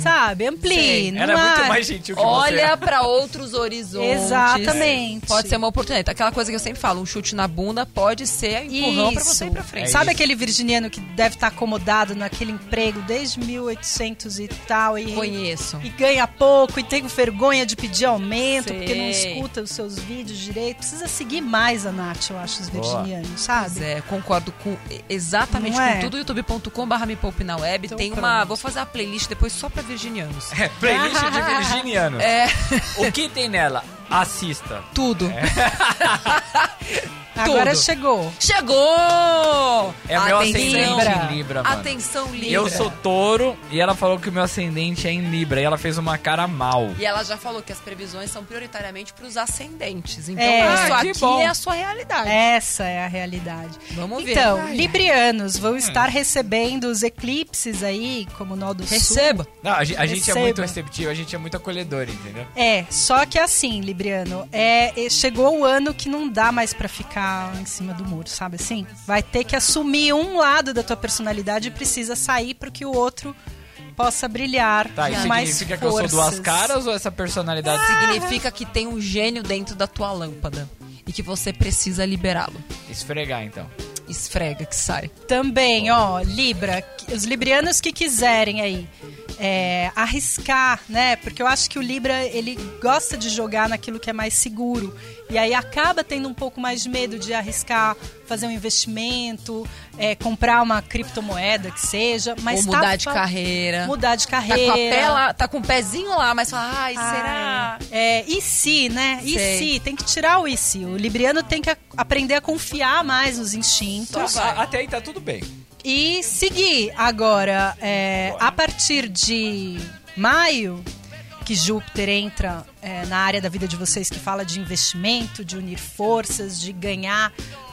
C: Sabe? Amplie.
A: Sei.
C: não
B: Ela é muito
C: há-
B: mais gentil que
A: Olha
B: você.
A: pra outros horizontes.
C: Exatamente.
A: Pode ser uma oportunidade. Aquela coisa que eu sempre falo, um chute na bunda pode ser empurrão pra você ir pra frente.
B: É
C: Sabe
B: isso.
C: aquele virginiano que deve estar acomodado naquele emprego desde 1800 e tal e
A: Conheço.
C: e ganha pouco e tem vergonha de pedir aumento
A: Sei.
C: porque não escuta os seus vídeos direito. Precisa seguir mais a Nath, eu acho, os
B: Boa.
C: virginianos,
A: Pois
C: sabe?
A: é, concordo com exatamente
C: Não
A: com
C: é?
A: tudo. youtube.com.br me poupe na web.
C: Então
A: Tem
C: pronto.
A: uma. Vou fazer a playlist depois só pra virginianos.
B: É, playlist de virginianos.
A: É,
B: O que tem nela? Assista.
A: tudo.
C: É. Agora
A: Tudo.
C: chegou.
A: Chegou!
B: É o meu
C: Libra.
B: ascendente em Libra, mano.
A: Atenção, Libra.
B: Eu sou touro e ela falou que o meu ascendente é em Libra. E ela fez uma cara mal.
A: E ela já falou que as previsões são prioritariamente pros ascendentes. Então,
C: É.
A: isso
B: Ah, que
A: aqui
B: bom.
A: é a sua realidade.
C: Essa é a realidade.
A: Vamos ver.
C: Então,
A: Ai.
C: librianos
B: Hum.
C: vão estar recebendo os eclipses aí, como o nó do sul.
A: Receba.
B: Não, a, ge- a gente é
C: Receba.
B: muito receptivo, a gente é muito acolhedor, entendeu?
C: É, só que assim, Libriano, é, e chegou o ano que não dá mais pra ficar em cima do muro, sabe assim? Vai ter que assumir um lado da tua personalidade e precisa sair para que o outro possa brilhar
B: Tá, isso
C: com mais
B: significa que eu sou
C: forças.
A: Ah!
B: duas caras ou essa personalidade?
A: Significa que tem um gênio dentro da tua lâmpada. e que você precisa liberá-lo.
B: Esfregar, então.
A: Esfrega que sai.
C: Também, ó, Libra, os librianos que quiserem aí é, arriscar, né? Porque eu acho que o Libra, ele gosta de jogar naquilo que é mais seguro. E aí acaba tendo um pouco mais de medo de arriscar, fazer um investimento, é, comprar uma criptomoeda, que seja. Mas
A: Ou
C: tá
A: mudar de
C: fa-
A: carreira.
C: Mudar de
A: Tá com,
C: carreira.
A: a pé lá, tá com o pezinho lá, mas fala, ai,
C: Ah,
A: será?
C: É, e se, né? E
A: Sei.
C: se? Tem que tirar o e se. O libriano tem que a- aprender a confiar mais nos
B: Então,
C: instintos
B: a- até aí tá tudo bem.
C: e seguir. Agora, é, a partir de maio, que Júpiter entra é, na área da vida de vocês que fala de investimento, de unir forças, de ganhar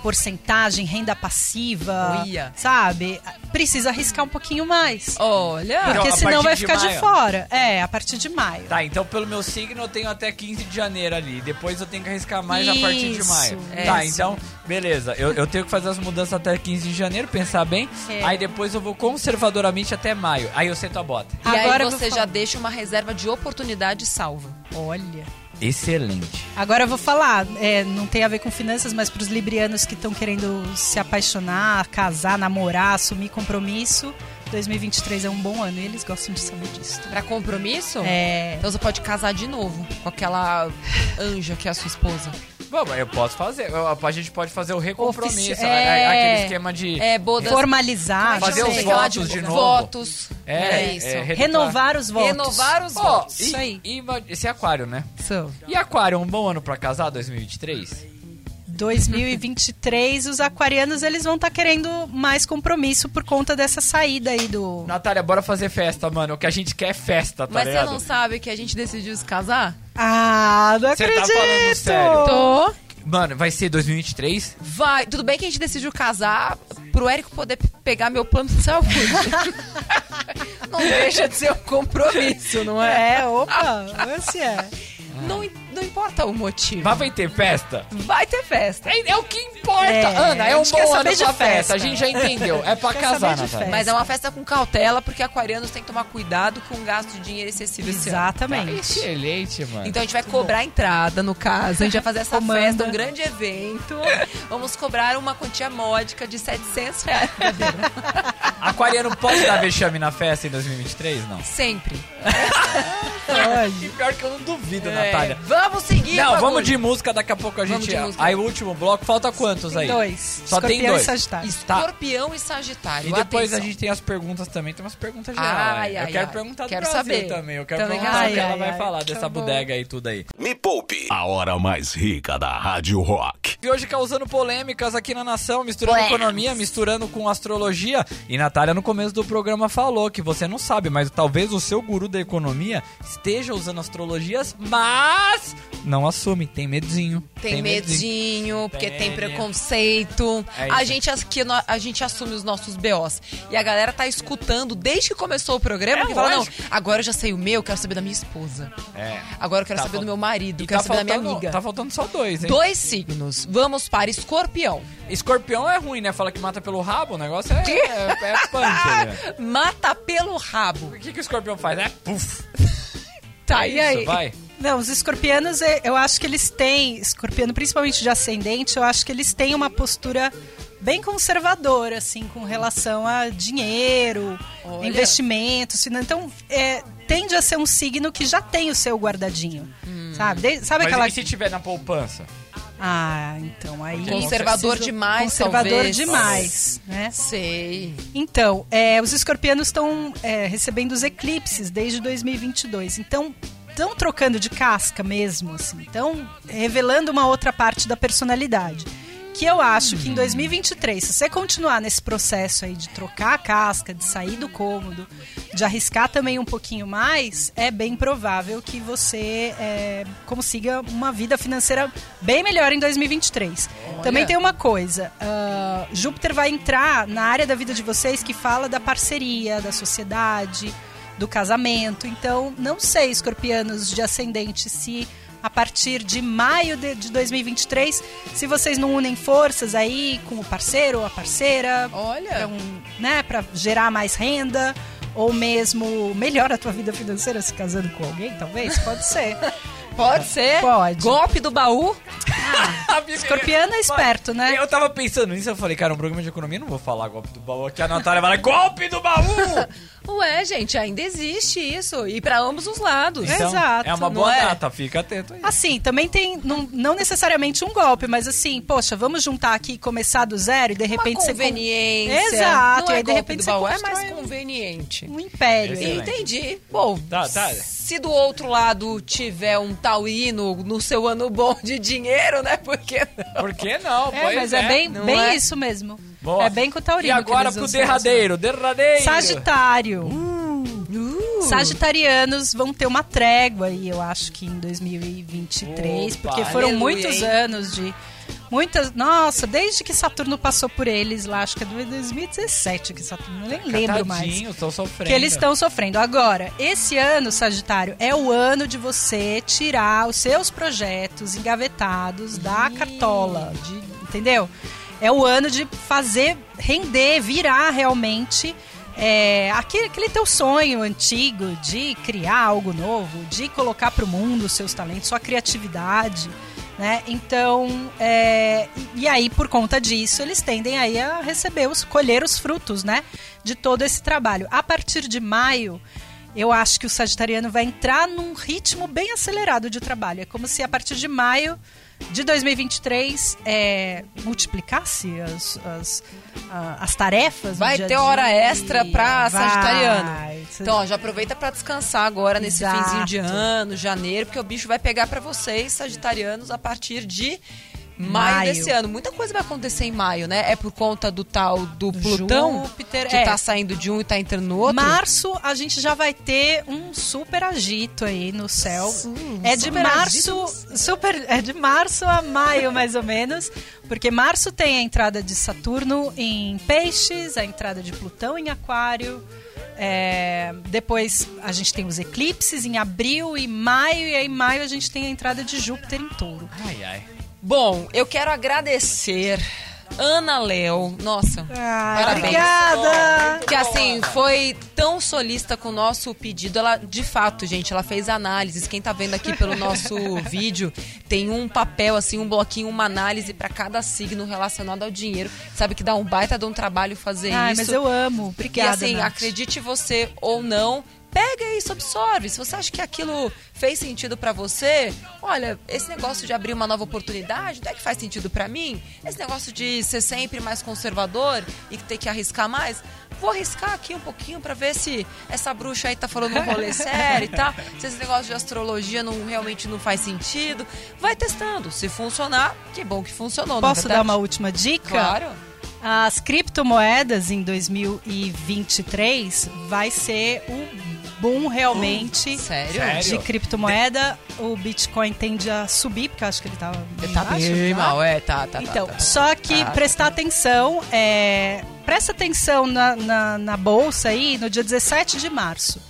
C: porcentagem, renda passiva,
A: Uia.
C: sabe? Precisa arriscar um pouquinho mais.
A: Olha,
B: Então,
C: Porque
B: a
C: senão
B: partir
C: vai
B: de
C: ficar de
B: maio?
C: fora. É, a partir de maio.
B: Tá, então pelo meu signo eu tenho até 15 de janeiro ali. Depois eu tenho que arriscar mais a partir de
C: Isso,
B: maio.
C: é
B: tá,
C: isso.
B: então, beleza. Eu, eu tenho que fazer as mudanças até 15 de janeiro, pensar bem.
C: É.
B: Aí depois eu vou conservadoramente até maio. Aí eu sento a bota.
A: e
C: Agora
A: aí
C: eu
A: você
C: vou
A: já
C: falar.
A: deixa uma reserva de oportunidade salva.
C: Olha.
B: Excelente.
C: Agora eu vou falar, é, não tem a ver com finanças, mas para os librianos que estão querendo se apaixonar, casar, namorar, assumir compromisso, 2023 é um bom ano e eles gostam de saber disso.
A: Pra compromisso?
C: É,
A: Então você pode casar de novo com aquela anja que é a sua esposa.
B: Bom, mas eu posso fazer. Eu- A gente pode fazer o recompromisso.
C: Ofici-
B: a- a-
C: é.
B: Aquele esquema de.
A: É, bodas.
C: formalizar,
B: Fazer
C: não
B: os
C: sei.
B: votos.
A: aquela
B: de novo.
A: Votos.
B: É, é
A: isso.
B: re-
C: renovar os votos.
A: Renovar os
B: Ó,
A: votos.
B: e-
C: Isso aí.
B: E, ma- esse é aquário, né?
A: Isso.
B: E aquário é um bom ano pra casar 2023?
C: 2023 os aquarianos eles vão estar querendo mais compromisso por conta dessa saída aí do
B: Natália, bora fazer festa, mano. O que a gente quer é festa, tá
A: Mas você
B: ligado?
A: não sabe que a gente decidiu se casar?
C: Ah, não
B: Você tá
C: acredito.
B: falando sério.
A: Tô.
B: Mano, vai ser 2023?
A: Vai. Tudo bem que a gente decidiu casar pro Érico poder p- pegar meu plano de saúde. não deixa de ser um compromisso, não é?
C: É, opa, esse é.
A: Não, im- não importa o motivo.
B: Mas vai ter festa?
A: Vai ter festa.
B: É, é o que importa,
C: É,
B: Ana. É
C: a
B: um
C: gente quer
B: bom
C: saber
B: ano
C: de
B: pra festa.
C: festa.
B: A gente já entendeu. É pra
C: Quer
B: casar,
C: saber de
B: Natália.
C: festa.
A: Mas é uma festa com cautela, porque aquarianos têm que tomar cuidado com o gasto de dinheiro excessivo esse ano.
C: Exatamente.
B: Tá Excelente, mano.
A: Então a gente vai cobrar a entrada, no caso. A gente vai fazer essa
C: Comanda.
A: festa, um grande evento. Vamos cobrar uma quantia módica de 700 reais.
B: Aquariano pode dar vexame na festa em 2023? Não.
A: Sempre.
C: Olha.
B: Pior que eu não duvido,
A: É,
B: Natália.
A: Vamos seguir.
B: Não,
A: o
B: vamos
A: bagulho.
B: de música, daqui a pouco a
A: Vamos
B: gente. é.
A: de música.
B: Aí o último bloco, falta quantos aí?
C: Dois.
B: Só tem
C: Escorpião e
B: dois.
C: Sagitário.
A: Escorpião e Sagitário.
B: tá. E depois
A: Atenção.
B: a gente tem as perguntas também, tem umas perguntas
A: Ai,
B: gerais. eu
A: ai,
B: quero
A: ai.
B: perguntar
A: Quero
B: do Brasil
A: saber.
B: também. Eu quero
A: Também
B: perguntar
C: quero
B: o que ela
C: saber.
B: vai
C: Ai,
B: falar
C: ai,
B: dessa
C: tá bom.
B: bodega aí, tudo aí.
D: Me poupe.
E: A hora mais rica da Rádio Rock.
B: E hoje causando polêmicas aqui na nação, misturando economia, misturando com astrologia. E Natália, no começo do programa, falou que você não sabe, mas talvez o seu guru da economia esteja usando astrologias, mas não assume, tem medinho.
A: Tem, medinho, porque tem,
B: Tem, né?
A: preconceito.
B: É
A: a
B: isso.
A: gente aqui, no- a gente assume os nossos BOs. E a galera tá escutando desde que começou o programa,
B: É,
A: que fala, não,
B: lógico.
A: agora eu já sei o meu, eu quero saber da minha esposa.
B: É.
A: Agora eu quero
B: Tá
A: saber do
B: fal-
A: meu marido,
B: E
A: quero
B: tá
A: saber
B: faltando,
A: é da minha amiga.
B: tá faltando só dois, hein?
A: Dois signos. Vamos para escorpião.
B: Escorpião é ruim, né? Fala que mata pelo rabo, o negócio é, é, é punch, né?
A: Mata pelo rabo.
B: O que, que o escorpião faz? É puf.
A: Tá,
B: É
A: e aí?
B: Isso, vai.
C: Não, os escorpianos, eh, eu acho que eles têm, escorpiano principalmente de ascendente, eu acho que eles têm uma postura bem conservadora, assim, com relação a dinheiro,
A: Olha.
C: investimentos. finan- Então, eh, tende a ser um signo que já tem o seu guardadinho.
A: Hum.
C: Sabe? De- sabe
B: Mas
C: aquela.
B: e se tiver na poupança?
C: Ah, então aí.
A: Conservador
C: preciso-
A: demais,
C: Conservador
A: talvez.
C: demais, né?
A: Sei.
C: Então, é, os escorpianos estão é, recebendo os eclipses desde 2022. Então, estão trocando de casca mesmo, assim. Estão revelando uma outra parte da personalidade. Que eu acho que em 2023, se você continuar nesse processo aí de trocar a casca, de sair do cômodo, de arriscar também um pouquinho mais, é bem provável que você é, consiga uma vida financeira bem melhor em 2023. Também tem uma coisa: ah, Júpiter vai entrar na área da vida de vocês que fala da parceria, da sociedade, do casamento. Então, não sei, escorpianos de ascendente, se a partir de maio de, de 2023, se vocês não unem forças aí com o parceiro ou a parceira,
A: Olha.
C: pra um, né, para gerar mais renda ou mesmo melhora a tua vida
B: É.
C: financeira se casando com alguém, talvez, pode ser.
A: Pode ser.
C: Pode.
A: Golpe do baú.
C: Escorpiana é esperto, né?
B: né? Eu tava pensando nisso, eu falei, cara, um programa de economia, eu não vou falar golpe do baú aqui. A Natália vai lá, golpe do baú!
A: Ué, gente, ainda existe isso. E pra ambos os lados.
C: É. Exato,
B: É uma
A: não
B: boa
A: é?
B: data, fica atento aí.
C: Assim, também tem, não, não necessariamente um golpe, mas assim, poxa, vamos juntar aqui e começar do zero e de
A: Uma
C: repente
A: conveniência.
C: você. con- Exato,
A: Não é
C: e aí de
A: golpe
C: repente
A: do
C: você
A: baú, é
C: constrói
A: mais conveniente.
C: um império. aí.
A: é
B: Excelente.
A: Entendi. Bom,
B: Tá, tá.
A: se do outro lado tiver um taurino no seu ano bom de dinheiro, né? Porque
B: Por que não?
C: É,
B: Pois
C: mas é, bem,
A: não
C: bem
A: é?
C: isso mesmo.
B: Boa.
C: É bem com o
B: E
C: Taurino. que
B: agora
C: eles
B: pro
C: usam né? tá isso.
B: derradeiro, derradeiro.
C: Sagitário.
A: Uh,
C: Sagitarianos vão ter uma trégua aí, eu acho que em 2023,
B: Opa,
C: porque foram
A: aleluia,
C: muitos
A: hein?
C: anos de. Muitas. Nossa, desde que Saturno passou por eles lá, acho que é 2017 que Saturno, eu nem lembro mais.
B: Tadinho, tô sofrendo.
C: Que eles estão sofrendo. Agora, esse ano, Sagitário, é o ano de você tirar os seus projetos engavetados da cartola, de- entendeu? É o ano de fazer render, virar realmente é, aquele, aquele teu sonho antigo de criar algo novo, de colocar para o mundo os seus talentos, sua criatividade. Né? Então, é, e- e aí por conta disso, eles tendem aí a receber, os, colher os frutos né, de todo esse trabalho. A partir de maio, eu acho que o sagitariano vai entrar num ritmo bem acelerado de trabalho. É como se a partir de maio de 2023 é, multiplicasse as, as, a- as tarefas.
A: Vai
C: no dia a
A: ter
C: dia.
A: hora extra pra
C: Vai.
A: sagitariano.
C: Cê-
A: Então, ó, já aproveita pra descansar agora nesse
C: Exato.
A: finzinho de ano, janeiro, porque o bicho vai pegar pra vocês, sagitarianos, a partir de maio,
C: Maio.
A: desse ano. Muita coisa vai acontecer em maio, né? É por conta do tal do Plutão,
C: Júpiter,
A: que
C: é.
A: tá saindo de um e tá entrando no outro.
C: Março a gente já vai ter um super agito aí no céu.
A: Sim,
C: é de
A: super
C: março, super é de março a maio mais ou menos, porque março tem a entrada de Saturno em Peixes, a entrada de Plutão em Aquário. é, depois a gente tem os eclipses em abril e maio, e aí em maio a gente tem a entrada de Júpiter em touro.
B: Ai, ai.
A: Bom, eu quero agradecer Ana Léo. Nossa, parabéns.
C: Ah, obrigada!
A: Que assim, foi tão solista com o nosso pedido. Ela, de fato, gente, ela fez análises. Quem tá vendo aqui pelo nosso vídeo, tem um papel, assim, um bloquinho, uma análise pra cada signo relacionado ao dinheiro. Sabe que dá um baita de um trabalho fazer
C: Ai,
A: isso.
C: mas eu amo,
A: E
C: obrigada.
A: assim,
C: Nath.
A: acredite você ou não, pega isso, absorve. Se você acha que aquilo fez sentido pra você, olha, esse negócio de abrir uma nova oportunidade, não é que faz sentido pra mim? Esse negócio de ser sempre mais conservador e ter que arriscar mais, vou arriscar aqui um pouquinho pra ver se essa bruxa aí tá falando um rolê sério e tal. Se esse negócio de astrologia não realmente não faz sentido, vai testando. Se funcionar, que bom que funcionou, não é
C: Posso dar
A: verdade?
C: uma última dica?
A: Claro.
C: As criptomoedas em 2023 vai ser o boom realmente
A: Sério?
B: Sério?
C: de criptomoeda. O Bitcoin tende a subir, porque eu acho que ele estava bem
A: Tá
C: baixo,
A: bem
C: tá?
A: mal, é, tá, tá. tá,
C: Então,
A: tá, tá.
C: só que
A: Ah.
C: prestar atenção, é, presta atenção na, na, na bolsa aí no dia 17 de março,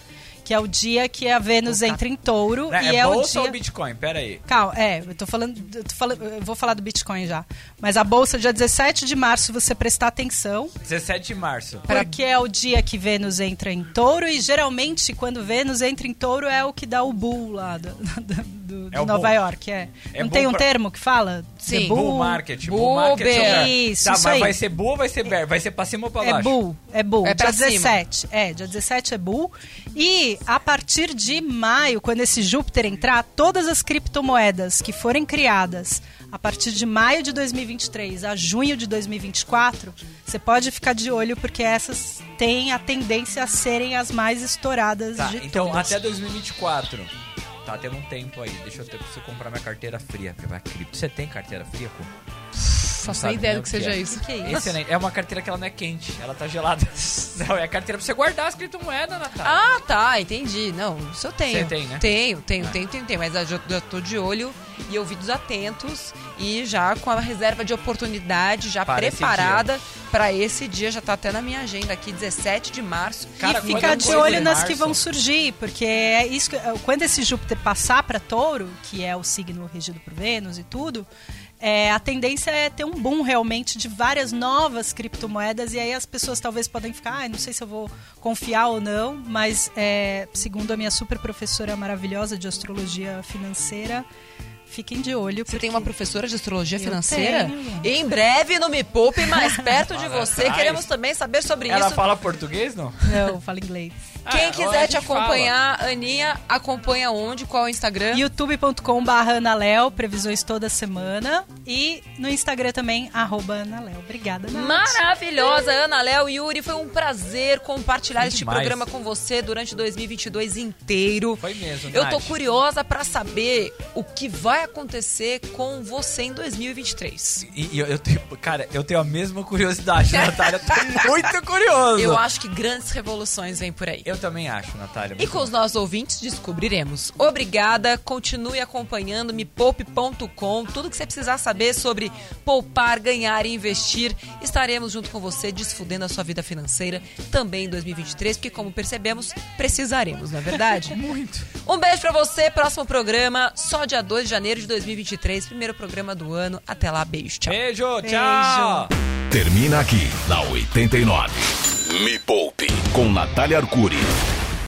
C: que é o dia que a Vênus entra em touro
B: É,
C: e é,
B: é
C: o
B: bolsa
C: dia...
B: ou Bitcoin? Pera aí.
C: Calma, é, eu tô falando, eu tô falando- eu vou falar do Bitcoin já. Mas a bolsa dia 17 de março, você prestar atenção,
B: 17 de março.
A: Pra-
C: porque é o dia que Vênus entra em touro e geralmente quando Vênus entra em touro é o que dá o bull lá do, do- do-
B: É o
C: de Nova
B: bull.
C: York. É.
B: É
C: Não
B: bull
C: tem um
B: pra-
C: termo que fala?
A: Sim.
C: É
B: Bull
C: bull,
B: market. Bull,
A: Bull
B: market.
A: bear.
B: ou-
C: Isso,
B: tá,
C: isso
B: mas
C: aí.
B: vai ser bull ou vai ser bear? Vai ser pra cima ou pra baixo?
C: É bull, é bull.
A: É pra
C: dia
A: cima.
C: 17. É, dia 17 é bull. E a partir de maio, quando esse Júpiter entrar, todas as criptomoedas que forem criadas a partir de maio de 2023 a junho de 2024, você pode ficar de olho porque essas têm a tendência a serem as mais estouradas
B: Tá,
C: de
B: então
C: todas.
B: até 2024. Tá tendo um tempo aí. Deixa eu ter preciso comprar minha carteira fria. Porque vai cripto. Você tem carteira fria, Cu?
A: Só
B: sabe
A: sem ideia
B: nem
A: do Tá que
B: o que
A: seja
B: é.
A: isso.
C: Que é isso?
B: Excelente. É uma carteira que ela não é quente, ela tá gelada. Não, é a carteira pra você guardar as criptomoedas, Natália.
A: Ah, tá, entendi. Não, isso eu tenho.
B: Você tem, né?
A: Tenho, tenho, tenho, tenho, tenho. Mas eu já, já tô de olho e ouvidos atentos e já com a reserva de oportunidade já
B: Para esse
A: preparada pra esse dia. Já tá até na minha agenda aqui, 17 de março.
B: Cara,
A: e
B: quando
A: fica
C: Ficar
B: eu
C: de
B: coisa
C: olho
B: em
C: nas
B: março.
C: que vão surgir, porque é isso que- quando esse Júpiter passar para Touro, que é o signo regido por Vênus e tudo, é, a tendência é ter um boom realmente de várias novas criptomoedas e aí as pessoas talvez podem ficar, ah, não sei se eu vou confiar ou não, mas é, segundo a minha super professora maravilhosa de astrologia financeira, Fiquem de olho.
A: Você tem uma professora de astrologia
C: Eu
A: financeira?
C: tenho.
A: Em breve, no Me Poupe, mais perto de
B: Olha,
A: você.
B: atrás.
A: Queremos também saber sobre
B: Ela
A: isso.
B: fala português, não?
C: Não, fala inglês.
B: Ah,
A: Quem
B: olha, a
A: quiser te
B: gente fala.
A: acompanhar, Aninha, acompanha onde? Qual é o Instagram?
C: youtube.com.br analéo, previsões toda semana. E no Instagram também, arroba analéo. Obrigada, Nath.
A: Maravilhosa, Ana Léo e Yuri, foi um prazer compartilhar
B: Foi
A: este
B: demais.
A: programa com você durante 2022 inteiro.
B: Foi mesmo,
A: Eu tô
B: Nath.
A: curiosa pra saber o que vai acontecer com você em 2023.
B: E, e eu, eu tenho, cara, eu tenho a mesma curiosidade, Natália. Eu Tô muito curioso.
A: Eu acho que grandes revoluções vêm por aí.
B: Eu também acho, Natália.
A: E com os nossos ouvintes descobriremos. Obrigada, continue acompanhando me poupe.com, tudo que você precisar saber sobre poupar, ganhar e investir. Estaremos junto com você desfudendo a sua vida financeira também em 2023, porque como percebemos, precisaremos, não é verdade?
B: Muito.
A: Um beijo pra você, próximo programa só dia 2 de janeiro de 2023, primeiro programa do ano. Até lá, beijo, tchau.
B: Beijo, tchau.
E: Termina aqui, na 89.
D: Me poupe.
E: Com Natália Arcuri.